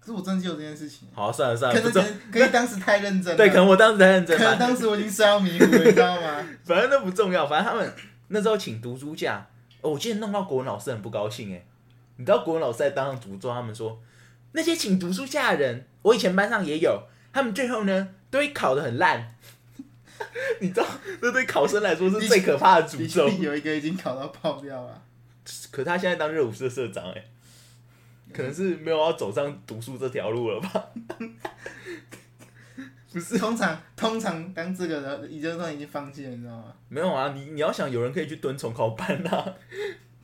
Speaker 1: 可是我真的记得这件事情，
Speaker 2: 好、算了算
Speaker 1: 可
Speaker 2: 啊了，不
Speaker 1: 是可
Speaker 2: 重
Speaker 1: 能可是当时太认真了，
Speaker 2: 对，可能我当时太认真
Speaker 1: 可能
Speaker 2: 吧，
Speaker 1: 当时我已经睡到迷糊了，你知道吗？
Speaker 2: 反正那不重要，反正他们那时候请读书假，哦，我记得弄到国文老师很不高兴哎、你知道国文老师在当上诅咒他们说，那些请读书假的人，我以前班上也有，他们最后呢都会考得很烂， 你知道，这对考生来说是最可怕的
Speaker 1: 的
Speaker 2: 诅咒
Speaker 1: 确。有一个已经考到爆掉了，
Speaker 2: 可他现在当热舞社社长哎、可能是没有要走上读书这条路了吧？不是，
Speaker 1: 通常通常当这个的，也就是说已经放弃了，你知道吗？
Speaker 2: 没有啊，你你要想有人可以去蹲重考班啊。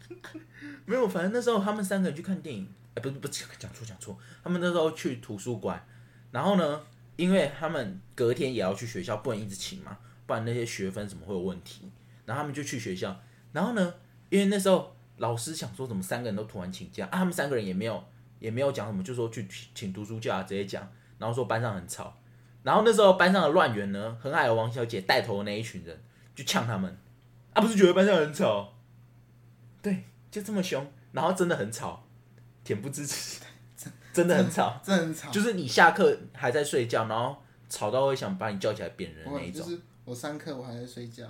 Speaker 2: 没有，反正那时候他们三个人去看电影，哎、不是不是，讲错讲错，他们那时候去图书馆，然后呢，因为他们隔天也要去学校，不能一直请嘛，不然那些学分什么会有问题。然后他们就去学校，然后呢，因为那时候老师想说，怎么三个人都突然请假啊？他们三个人也没有也没有讲什么，就说去请请读书假，直接讲，然后说班上很吵。然后那时候班上的乱源呢，很矮的王小姐带头的那一群人就呛他们，啊，不是觉得班上很吵，对，就这么凶，然后真的很吵，恬不知耻， 真的很吵。
Speaker 1: 真的很吵。
Speaker 2: 就是你下课还在睡觉，然后吵到会想把你叫起来扁人的
Speaker 1: 我
Speaker 2: 那一种。
Speaker 1: 就是我上课我还在睡觉，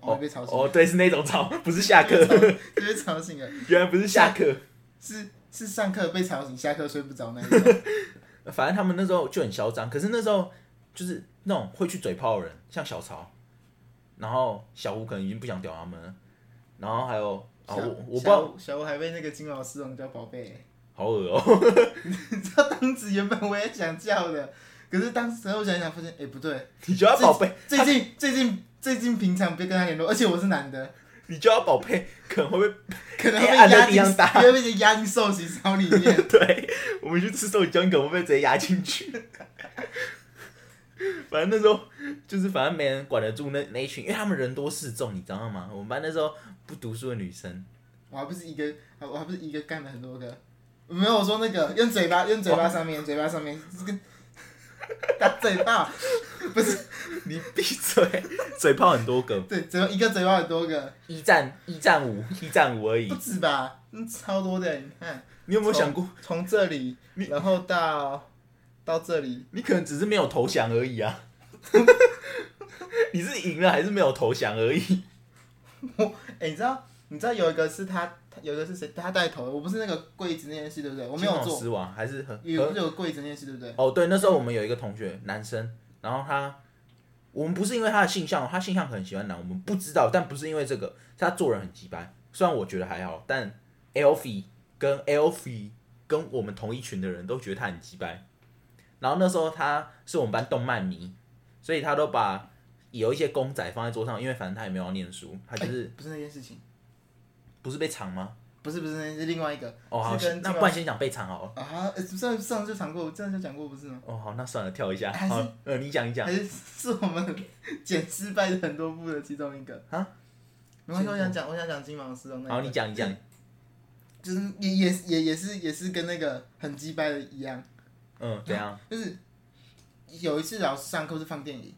Speaker 1: 我
Speaker 2: 哦
Speaker 1: 被吵醒，
Speaker 2: 哦，对，是那种吵，不是下课，
Speaker 1: 就 被吵醒了，
Speaker 2: 原来不是下课。
Speaker 1: 是是上课被吵醒，下课睡不着那一 种。
Speaker 2: 反正他们那时候就很嚣张，可是那时候就是那种会去嘴炮的人，像小曹，然后小吴可能已经不想屌他们了，然后还有啊，我我不知
Speaker 1: 小
Speaker 2: 道，
Speaker 1: 吴小吴还被那个金毛狮龙叫宝贝，
Speaker 2: 好恶哦、
Speaker 1: 你知道当时原本我也想叫的，可是当时我想一想发现，哎、不对，
Speaker 2: 你就要啊宝贝，
Speaker 1: 最近最近最近平常别跟他联络，而且我是男的，
Speaker 2: 你就要宝贝，可能会被
Speaker 1: 可能会被
Speaker 2: 哎按在
Speaker 1: 压
Speaker 2: 地上
Speaker 1: 进，
Speaker 2: 打
Speaker 1: 会被压进寿喜烧里面。
Speaker 2: 对，我们去吃寿喜椒，你可能会被直接压进去。 反正那时候就是，反正没人管得住那那一群，因为他们人多势众，你知道吗？我们班那时候不读书的女生，
Speaker 1: 我还不是一个，我还不是一个干了很多个。没有，我说那个用嘴巴，用嘴巴上面，嘴巴上面，这 个打嘴巴，不是
Speaker 2: 你闭嘴，嘴炮很多个，
Speaker 1: 对，嘴巴一个嘴巴很多个，
Speaker 2: 一战一战五，一战五而已
Speaker 1: 不。止吧？嗯，超多的，你看，
Speaker 2: 你有没有想过，
Speaker 1: 从这里，然后到到这里，
Speaker 2: 你可能只是没有投降而已啊？ 你是赢了还是没有投降而已？
Speaker 1: 哎、你知道，你知道有一个是他，他有一个是谁？他带头的，我不是那个柜子那件事，对不对？我没有
Speaker 2: 金老呃
Speaker 1: 做，
Speaker 2: 狮王还是很
Speaker 1: 有不是有柜子那件事，对不对？
Speaker 2: 哦，对，那时候
Speaker 1: 嗯
Speaker 2: 我们有一个同学，男生，然后他，我们不是因为他的性向，他性向很喜欢男，我们不知道，但不是因为这个，是他做人很鸡掰。虽然我觉得还好，但 Alfie 跟 Alfie 跟我们同一群的人都觉得他很鸡掰。然后那时候他是我们班动漫迷，所以他都把有一些公仔放在桌上，因为反正他也没有要念书，他就是、
Speaker 1: 不是那件事情，
Speaker 2: 不是被藏吗？
Speaker 1: 不是不是那件事是另外一个，
Speaker 2: 哦，好，
Speaker 1: 是跟
Speaker 2: 那
Speaker 1: 这
Speaker 2: 不
Speaker 1: 个
Speaker 2: 然先讲被藏好了。
Speaker 1: 啊，欸上上次就讲过，上次就讲过不是吗？
Speaker 2: 哦，好，那算了，跳一下。
Speaker 1: 还是
Speaker 2: 好，呃，你讲一讲
Speaker 1: 还。是是我们 剪失败的很多部的其中一个
Speaker 2: 啊。哦
Speaker 1: 没关系，我想讲，我想讲金毛狮龙那
Speaker 2: 好，
Speaker 1: 个，
Speaker 2: 你讲一讲。
Speaker 1: 就是也也也也是也是跟那个很鸡掰的一样，
Speaker 2: 嗯，怎样？
Speaker 1: 就是有一次老师上课是放电影，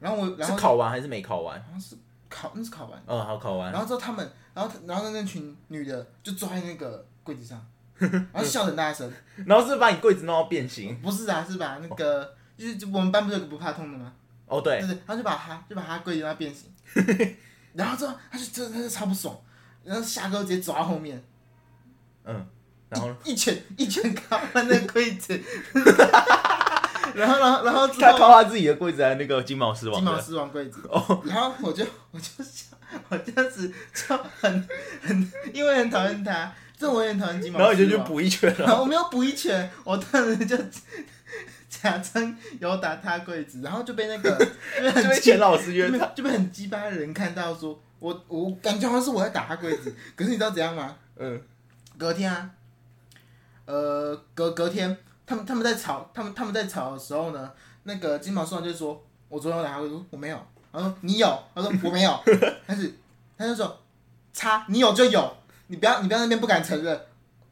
Speaker 1: 然后我然
Speaker 2: 是
Speaker 1: 后
Speaker 2: 考完还是没考完？
Speaker 1: 好像是考那是考完，
Speaker 2: 嗯，好，考完。
Speaker 1: 然后之后他们，然后然后那群女的就坐在那个柜子 上，然后笑得很大声，
Speaker 2: 然后是把你柜子弄到变形。
Speaker 1: 不是啊，是把那个就是就我们班不是有个不怕痛的吗？
Speaker 2: 哦，对
Speaker 1: 就，是他就把他就把他跪在那 变形，然后之后他就真的他就超不爽，然后下课直接走到后面，
Speaker 2: 嗯，然后呢
Speaker 1: 一拳一拳敲翻那个柜子， 然后然后然后之
Speaker 2: 他
Speaker 1: 后
Speaker 2: 靠他自己的柜子来那个金毛狮
Speaker 1: 金
Speaker 2: 王
Speaker 1: 毛
Speaker 2: 的，
Speaker 1: 狮王柜子，
Speaker 2: 哦，
Speaker 1: 然后我就我就想我这样子就很很因为很讨厌他，这我也很讨厌金毛狮
Speaker 2: 然后
Speaker 1: 王，
Speaker 2: 你就去补一圈 了。
Speaker 1: 然后我没有补一拳，我当时就 假装有打他柜子，然后就被 那个就被
Speaker 2: 就
Speaker 1: 很
Speaker 2: 被
Speaker 1: 气
Speaker 2: 钱老师
Speaker 1: 就
Speaker 2: 约
Speaker 1: 被
Speaker 2: 谈，
Speaker 1: 就被很鸡巴的人看到说，我我感觉好像是我在打他柜子，可是你知道怎样吗？
Speaker 2: 嗯，
Speaker 1: 隔天啊，呃，隔隔天他们他们在吵，他们他们在吵的时候呢，那个金毛狮王就说，我昨天有打他柜子，我说我没有，他说你有，他说我没有，但是他就说，擦，你有就有，你不要你不要那边不敢承认，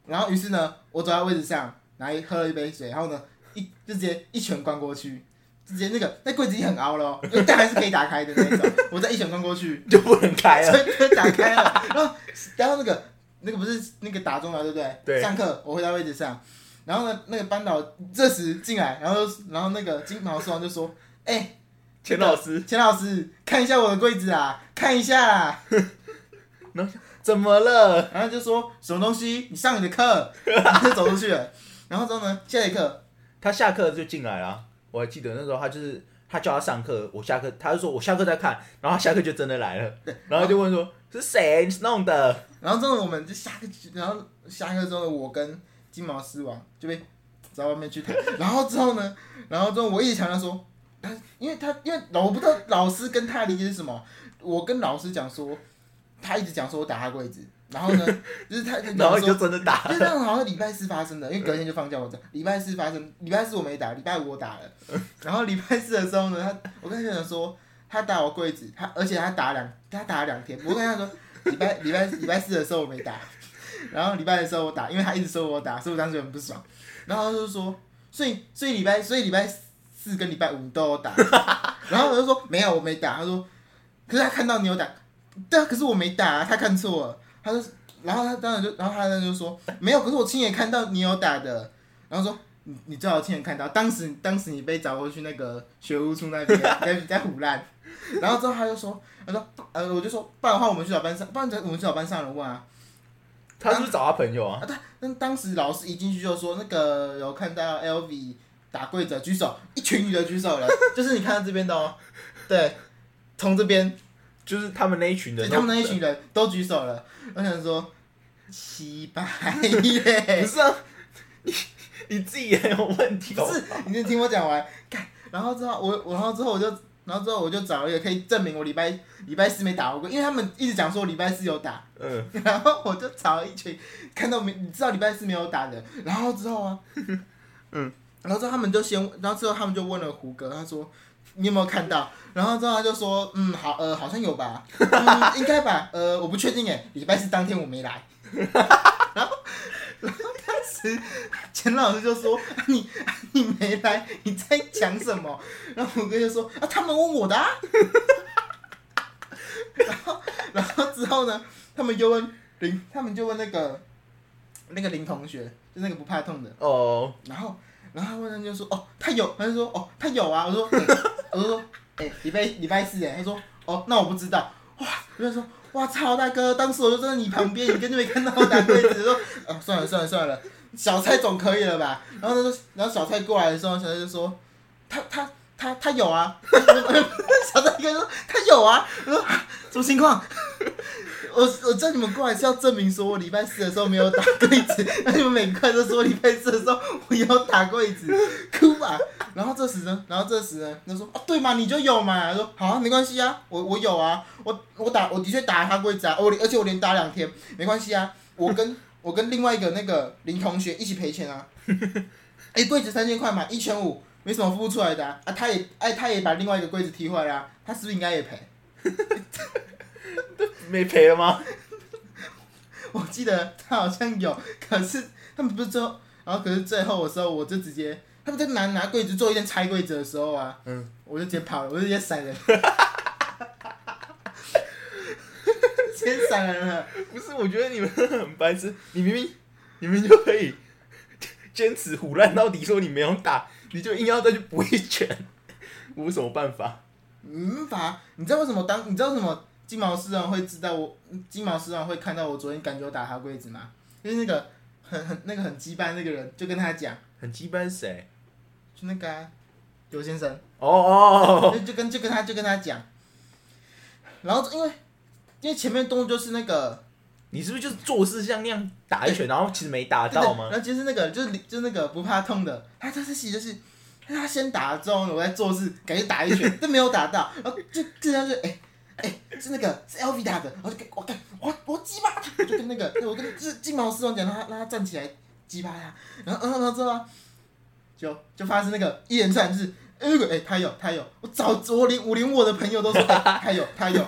Speaker 1: 然后于是呢，我走到位置上，然后喝了一杯水，然后呢一就直接一拳灌过去。直接那个那柜子已经很凹了、哦，但还是可以打开的那一种。我再一拳灌过去，
Speaker 2: 就不能开 了。
Speaker 1: 所以就打开了， 然后然后那个那个不是那个打钟啊了，对不对？
Speaker 2: 对
Speaker 1: 上课我回到位置上，然后呢，那个班导这时进来，然后然后那个金毛狮王就说：“哎、
Speaker 2: 钱老师，
Speaker 1: 钱老师，看一下我的柜子啊，看一下啊。
Speaker 2: 怎么”了？
Speaker 1: 然后就说什么东西？你上你的课，然后就走出去了。然后之后呢，下一课
Speaker 2: 他下课就进来了，我还记得那时候他就是他叫他上课，我下课他就说我下课再看，然后他下课就真的来了，然后就问说是谁弄 的？
Speaker 1: 然后之后我们就下课，然后下课之后呢，我跟金毛狮王就被找到外面去谈。然后之后呢，然后之后我一直强调说，他因为他因为老我不知道老师跟他的理解是什么，我跟老师讲说，他一直讲说我打他柜子，然后呢，就是他他
Speaker 2: 然后
Speaker 1: 讲
Speaker 2: 你就
Speaker 1: 说。
Speaker 2: 真 的打
Speaker 1: 就是那种好像礼拜四发生的，因为隔天就放假，我知道礼拜四发生，礼拜四我没打，礼拜五我打了，然后礼拜四的时候呢，他我跟学长说，他打我柜子，他而且他打两，他打了两天，我跟他说，礼拜礼拜礼拜四的时候我没打，然后礼拜的时候我打，因为他一直说我打，所以我当时很不爽。然后他就说，所以所以礼拜所以礼拜四跟礼拜五都有打，然后我就说没有我没打，他说，可是他看到你有打，对啊，可是我没打、啊，他看错了，他就然后他当然就然后他当然就说没有，可是我亲眼看到你有打的，然后说。你你最好亲眼看到，当时当时你被找过去那个学务处那边， 在在胡乱，然后之后他就说，他说，呃，我就说，不然的话我们去找班上，不然我们去找班上人问啊，
Speaker 2: 他是不是找他朋友啊？
Speaker 1: 那当时老师一进去就说，那个有看到 LV 打跪着举手，一群女的举手了，就是你看到这边的哦，对，从这边，
Speaker 2: 就是他们那一群
Speaker 1: 对
Speaker 2: 人，
Speaker 1: 他们那一群人都举手了。我想说，七百耶，
Speaker 2: 不是啊，你你自己也有问题，哦
Speaker 1: 不 是，你先听我讲完，看，然后之后我，我然后之后我就，然后之后我就找了一个可以证明我礼拜礼拜四没打过，因为他们一直讲说我礼拜四有打，
Speaker 2: 嗯，
Speaker 1: 然后我就找了一群看到没，你知道礼拜四没有打的，然后之后啊，
Speaker 2: 嗯，
Speaker 1: 然后之后他们就先，然后之后他们就问了胡歌，他说你有没有看到？然后之后他就说，嗯，好，呃，好像有吧，嗯，应该吧，呃，我不确定诶，礼拜四当天我没来。 然后，然后当时钱老师就说啊你啊你没来，你在讲什么？然后胡歌就说啊，他们问我的啊。 然后之后呢，他们就问林，他们就问那个那个林同学，就那个不怕痛的。
Speaker 2: 哦，
Speaker 1: 然后，然后他问他就说：“哦，他有。”他就说：“哦，他有啊。”我说：“欸我就说，哎、礼拜礼拜四哎。”他说：“哦，那我不知道。”哇，我就说：“哇操，大哥！当时我就站在你旁边，你根本没看到我打柜子。”说：“哦，算了算了算了，小蔡总可以了吧？”然后他说，然后小蔡过来的时候，小蔡就说：“他他。”他他有啊， 小蔡哥说他有啊，我说啊什么情况？我我叫你们过来是要证明说我礼拜四的时候没有打柜子，那你们每个人都说我礼拜四的时候我有打柜子，哭吧。然后这时呢，然后这时呢，他说啊对嘛，你就有嘛。他说好、啊，没关系啊，我我有啊，我我打我的确打了他柜子啊，我连而且我连打两天，没关系啊。我跟我跟另外一个那个林同学一起赔钱啊。哎、柜子三千块嘛，一千五，没什么付不出来的啊。啊他也哎、他也把另外一个柜子踢坏了、啊，他是不是应该也赔？
Speaker 2: 没赔了吗？
Speaker 1: 我记得他好像有，可是他们不是最后，然后可是最后的时候，我就直接，他他们在拿拿柜子做一件拆柜子的时候啊，
Speaker 2: 嗯，
Speaker 1: 我就直接跑了，我就直接闪人，直接闪人了。
Speaker 2: 不是，我觉得你们很白痴，你明明你明明就可以坚持胡乱到底，说你没有打，你就硬要再去补一拳，我有什么办法？
Speaker 1: 嗯，法，你知道为什么当你知道为什么金毛狮王会知道我金毛狮王会看到我昨天赶球打他柜子吗？因为那个很很那个很羁绊那个人就跟他讲，
Speaker 2: 很鸡巴谁？
Speaker 1: 就那个啊、刘先生，
Speaker 2: 哦哦，
Speaker 1: 就就跟就跟他就跟他讲，然后因为因为前面动作就是那个
Speaker 2: 你是不是就是做事像那样 打一拳，然后其实没打
Speaker 1: 对对
Speaker 2: 啊到吗？
Speaker 1: 然后就是那个就是就是那个不怕痛的，他这次戏就是。他先打了之后呢，我在做事，感觉打一 拳，但没有打到，然后就就他就哎哎、是那个是 LV 打的，然后就跟我干我我击巴他，我就跟那个我跟就是金毛狮王讲，让他让他站起来击巴他，然后然后然后之后啊就就发生那个一连串就是哎那个哎他有他有，我早我连我连我的朋友都说、哎他有他 有，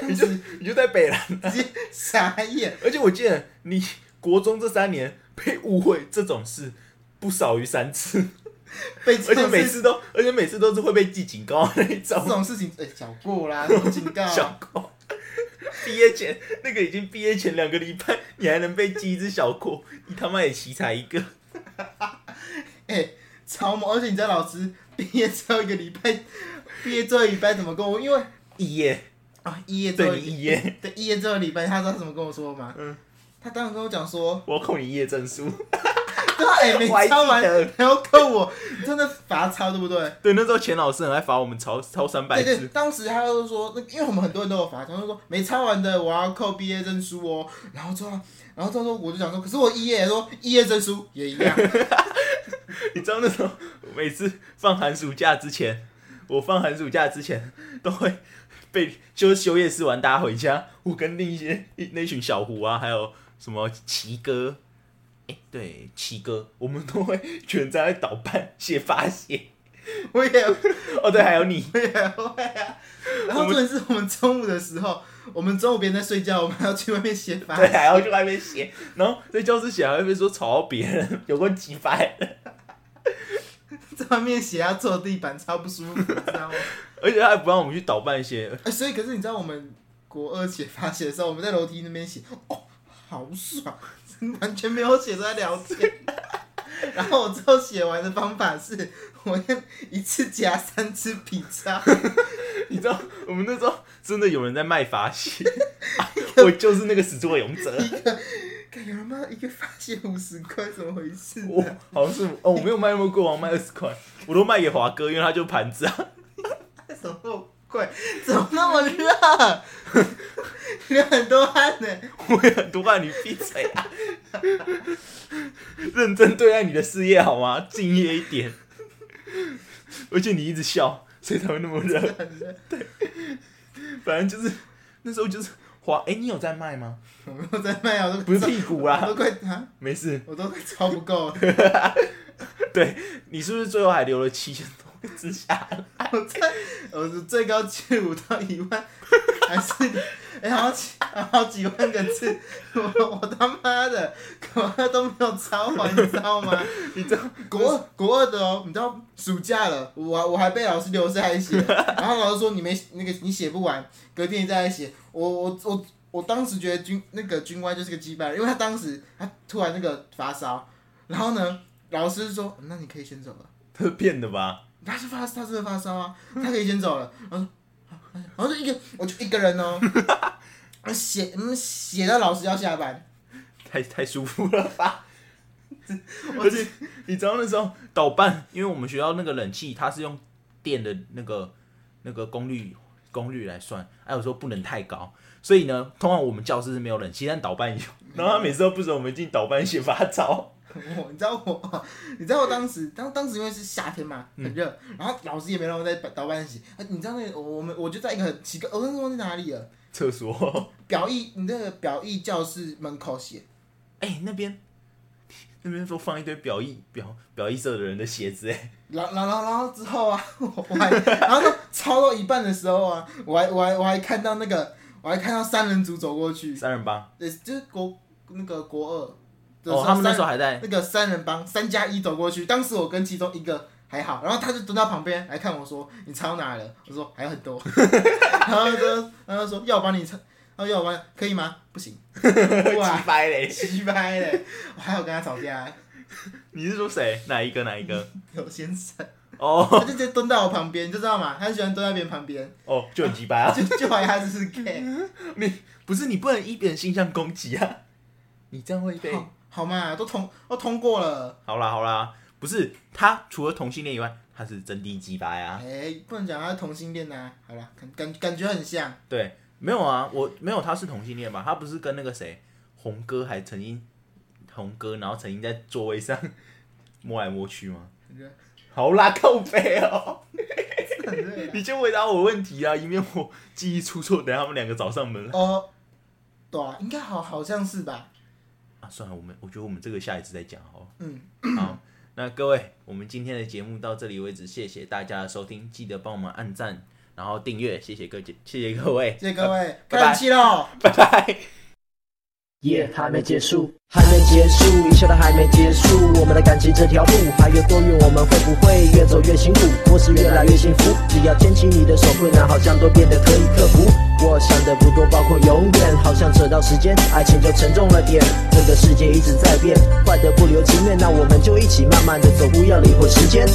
Speaker 1: 但是
Speaker 2: 你就在北兰，
Speaker 1: 直接傻眼，
Speaker 2: 而且我记得你国中这三年被误会这种事不少于三次，
Speaker 1: 被
Speaker 2: 而且
Speaker 1: 这种
Speaker 2: 每
Speaker 1: 事
Speaker 2: 次都而且每次都是会被记警告那一
Speaker 1: 这
Speaker 2: 种。啊
Speaker 1: 种事情哎、小过啦，这种警告啊
Speaker 2: 小过。毕业前那个已经毕业前两个礼拜，你还能被记一只小过，你他妈也奇才一个。
Speaker 1: 哎、超猛！而且你知道老师毕业最后一个礼拜，毕业最后一个礼拜怎么跟我？因为
Speaker 2: 毕业
Speaker 1: 啊，毕业最后
Speaker 2: 对
Speaker 1: 一
Speaker 2: 你毕业，
Speaker 1: 对毕业最后一个礼拜，他知道他怎么跟我说吗？
Speaker 2: 嗯，
Speaker 1: 他当时跟我讲 说，
Speaker 2: 我要扣你毕业证书。
Speaker 1: 对啊，哎、没
Speaker 2: 我还记
Speaker 1: 抄完
Speaker 2: 得
Speaker 1: 然后扣我，真的罚抄，对不对？
Speaker 2: 对，那时候钱老师很爱罚我们抄抄三百
Speaker 1: 对对，
Speaker 2: 字，
Speaker 1: 当时他就说，那因为我们很多人都有罚抄，他就说没抄完的我要扣毕业证书哦。然后之后，然后之后我就想说，可是我毕业，他说毕业证书也一 样。
Speaker 2: 你知道那时候每次放寒暑假之前，我放寒暑假之前都会被就是休夜市完大家回家，我跟另一些那群小胡啊，还有什么奇哥，哎、对奇哥，我们都会全在捣蛋写罚写。
Speaker 1: 我也
Speaker 2: 哦，对，还有你，
Speaker 1: 对会啊。然后重点是我们中午的时候，我们中午别人在睡觉，我们还要去外面写罚
Speaker 2: 对，啊还要去外面写，然后在教室写还会被说吵到别人， 有过几百，
Speaker 1: 在外面写要坐地板，超不舒服，你知道 吗？
Speaker 2: 而且他还不让我们去捣办一些，
Speaker 1: 哎、所以可是你知道我们国二写罚写的时候，我们在楼梯那边写，哦，好爽，完全没有写在聊天。 然后我最后写完的方法是，我一次夹三支笔叉，
Speaker 2: 你知道，我们那时候真的有人在卖法写，我就是那个始作俑者，
Speaker 1: 看有人妈一个罚写五十块，怎么回事、
Speaker 2: 我
Speaker 1: 啊？
Speaker 2: 好像是哦，我没有卖那么贵，我好像卖二十块，我都卖给华哥，因为他就盘子啊，
Speaker 1: 怎么贵？怎么那么热？ 流很多汗呢、
Speaker 2: 我也很多话你闭嘴啊，认真对待你的事业好吗？敬业一点，而且你一直笑，所以才会那么热。
Speaker 1: 很热。
Speaker 2: 反正就是那时候就是花，哎、你有在卖吗？
Speaker 1: 我没有在卖啊，我都
Speaker 2: 不是屁股
Speaker 1: 我
Speaker 2: 啦，
Speaker 1: 都快啊，
Speaker 2: 没事。
Speaker 1: 我都快超不够了。
Speaker 2: 对你是不是最后还留了七千多之下？
Speaker 1: 我在我是最高去五到一万，还是哎、好几好几万个字，我我他妈的，国二都没有抄完，你知道吗？
Speaker 2: 你知道
Speaker 1: 国二国二的哦，你知道暑假了，我还我还被老师留下来写，然后老师说你没那个你写不完，隔天你再来写。我我我我当时觉得军那个军官就是个鸡巴人，因为他当时他突然那个发烧，然后呢，老师说那你可以先走了，
Speaker 2: 他是骗的吧？
Speaker 1: 他是发他真的发烧啊，他可以先走了。然后说啊然后就一个我就一个人哦，写嗯写到老师要下班，
Speaker 2: 太太舒服了吧？ 而且你知道那时候导办，因为我们学校那个冷气它是用电的那个那个功率功率来算，还有说不能太高，所以呢，通常我们教室是没有冷气，但导办有，然后他每次都不准我们进导办写发招。
Speaker 1: 我你知道我，你知道我当时当当时因为是夏天嘛，很热，然后老师也没让我在倒班洗。啊，你知道那个我我们我就在一个很奇怪，我、那时候在哪里了？
Speaker 2: 厕所，
Speaker 1: 表艺你那个表艺教室门口写，
Speaker 2: 哎、那边那边都放一堆表意表表意社的人的鞋子，哎，
Speaker 1: 然然然然后之后啊，我我还然后到抄到一半的时候啊，我还我还我还看到那个我还看到三人组走过去，
Speaker 2: 三人帮。
Speaker 1: 呃，就是国那个国二，就是
Speaker 2: 哦，他们那
Speaker 1: 三
Speaker 2: 时候还在
Speaker 1: 那个三人帮三加一走过去，当时我跟其中一个还好，然后他就蹲到旁边来看我说：“你抄哪了？”我说：“还有很 多。”然后就然后说：“要我帮你抄，然后要我帮你可以吗？”不 行，哇，
Speaker 2: 掰嘞。
Speaker 1: 奇掰嘞！我还有跟他吵架，
Speaker 2: 你是说谁？哪一个？哪一个？
Speaker 1: 有先生，
Speaker 2: 哦
Speaker 1: 他就直接蹲到我旁边，你就知道嘛，他喜欢蹲在别人旁边，
Speaker 2: 哦，就很鸡掰啊！
Speaker 1: 就就怀疑他是 gay，
Speaker 2: 不是你不能一别人性向攻击啊，你这样会被。
Speaker 1: 好好嘛，都通都通过了，
Speaker 2: 好啦好啦，不是他除了同性恋以外，他是真的鸡掰啊。
Speaker 1: 哎、不能讲他是同性恋呐、好啦，感感感觉很像，
Speaker 2: 对，没有啊，我没有他是同性恋吧？他不是跟那个谁红哥还曾经红哥，然后曾经在座位上 摸来摸去吗？
Speaker 1: 很热，
Speaker 2: 好啦，靠背哦，
Speaker 1: 很热啦。
Speaker 2: 你先回答我问题啊，以免我记忆出错，等下他们两个找上门来。
Speaker 1: 哦，对啊，应该好好像是吧？
Speaker 2: 啊，算了，我们我觉得我们这个下一次再讲好了。
Speaker 1: 嗯，
Speaker 2: 好，那各位，我们今天的节目到这里为止，谢谢大家的收听，记得帮我们按赞，然后订阅，谢谢各谢谢各位，
Speaker 1: 谢谢各位，
Speaker 2: 拜拜
Speaker 1: 看气喽。
Speaker 2: 拜拜。
Speaker 3: 耶、还没结束，还没结束，一切都还没结束。我们的感情这条路还有多远？我们会不会越走越辛苦，或是越来越幸福？只要牵起你的手，困难好像都变得可以克服。我想的不多，包括永远，好像扯到时间，爱情就沉重了点。这个世界一直在变，坏的不留情面，那我们就一起慢慢的走，不要理会时间。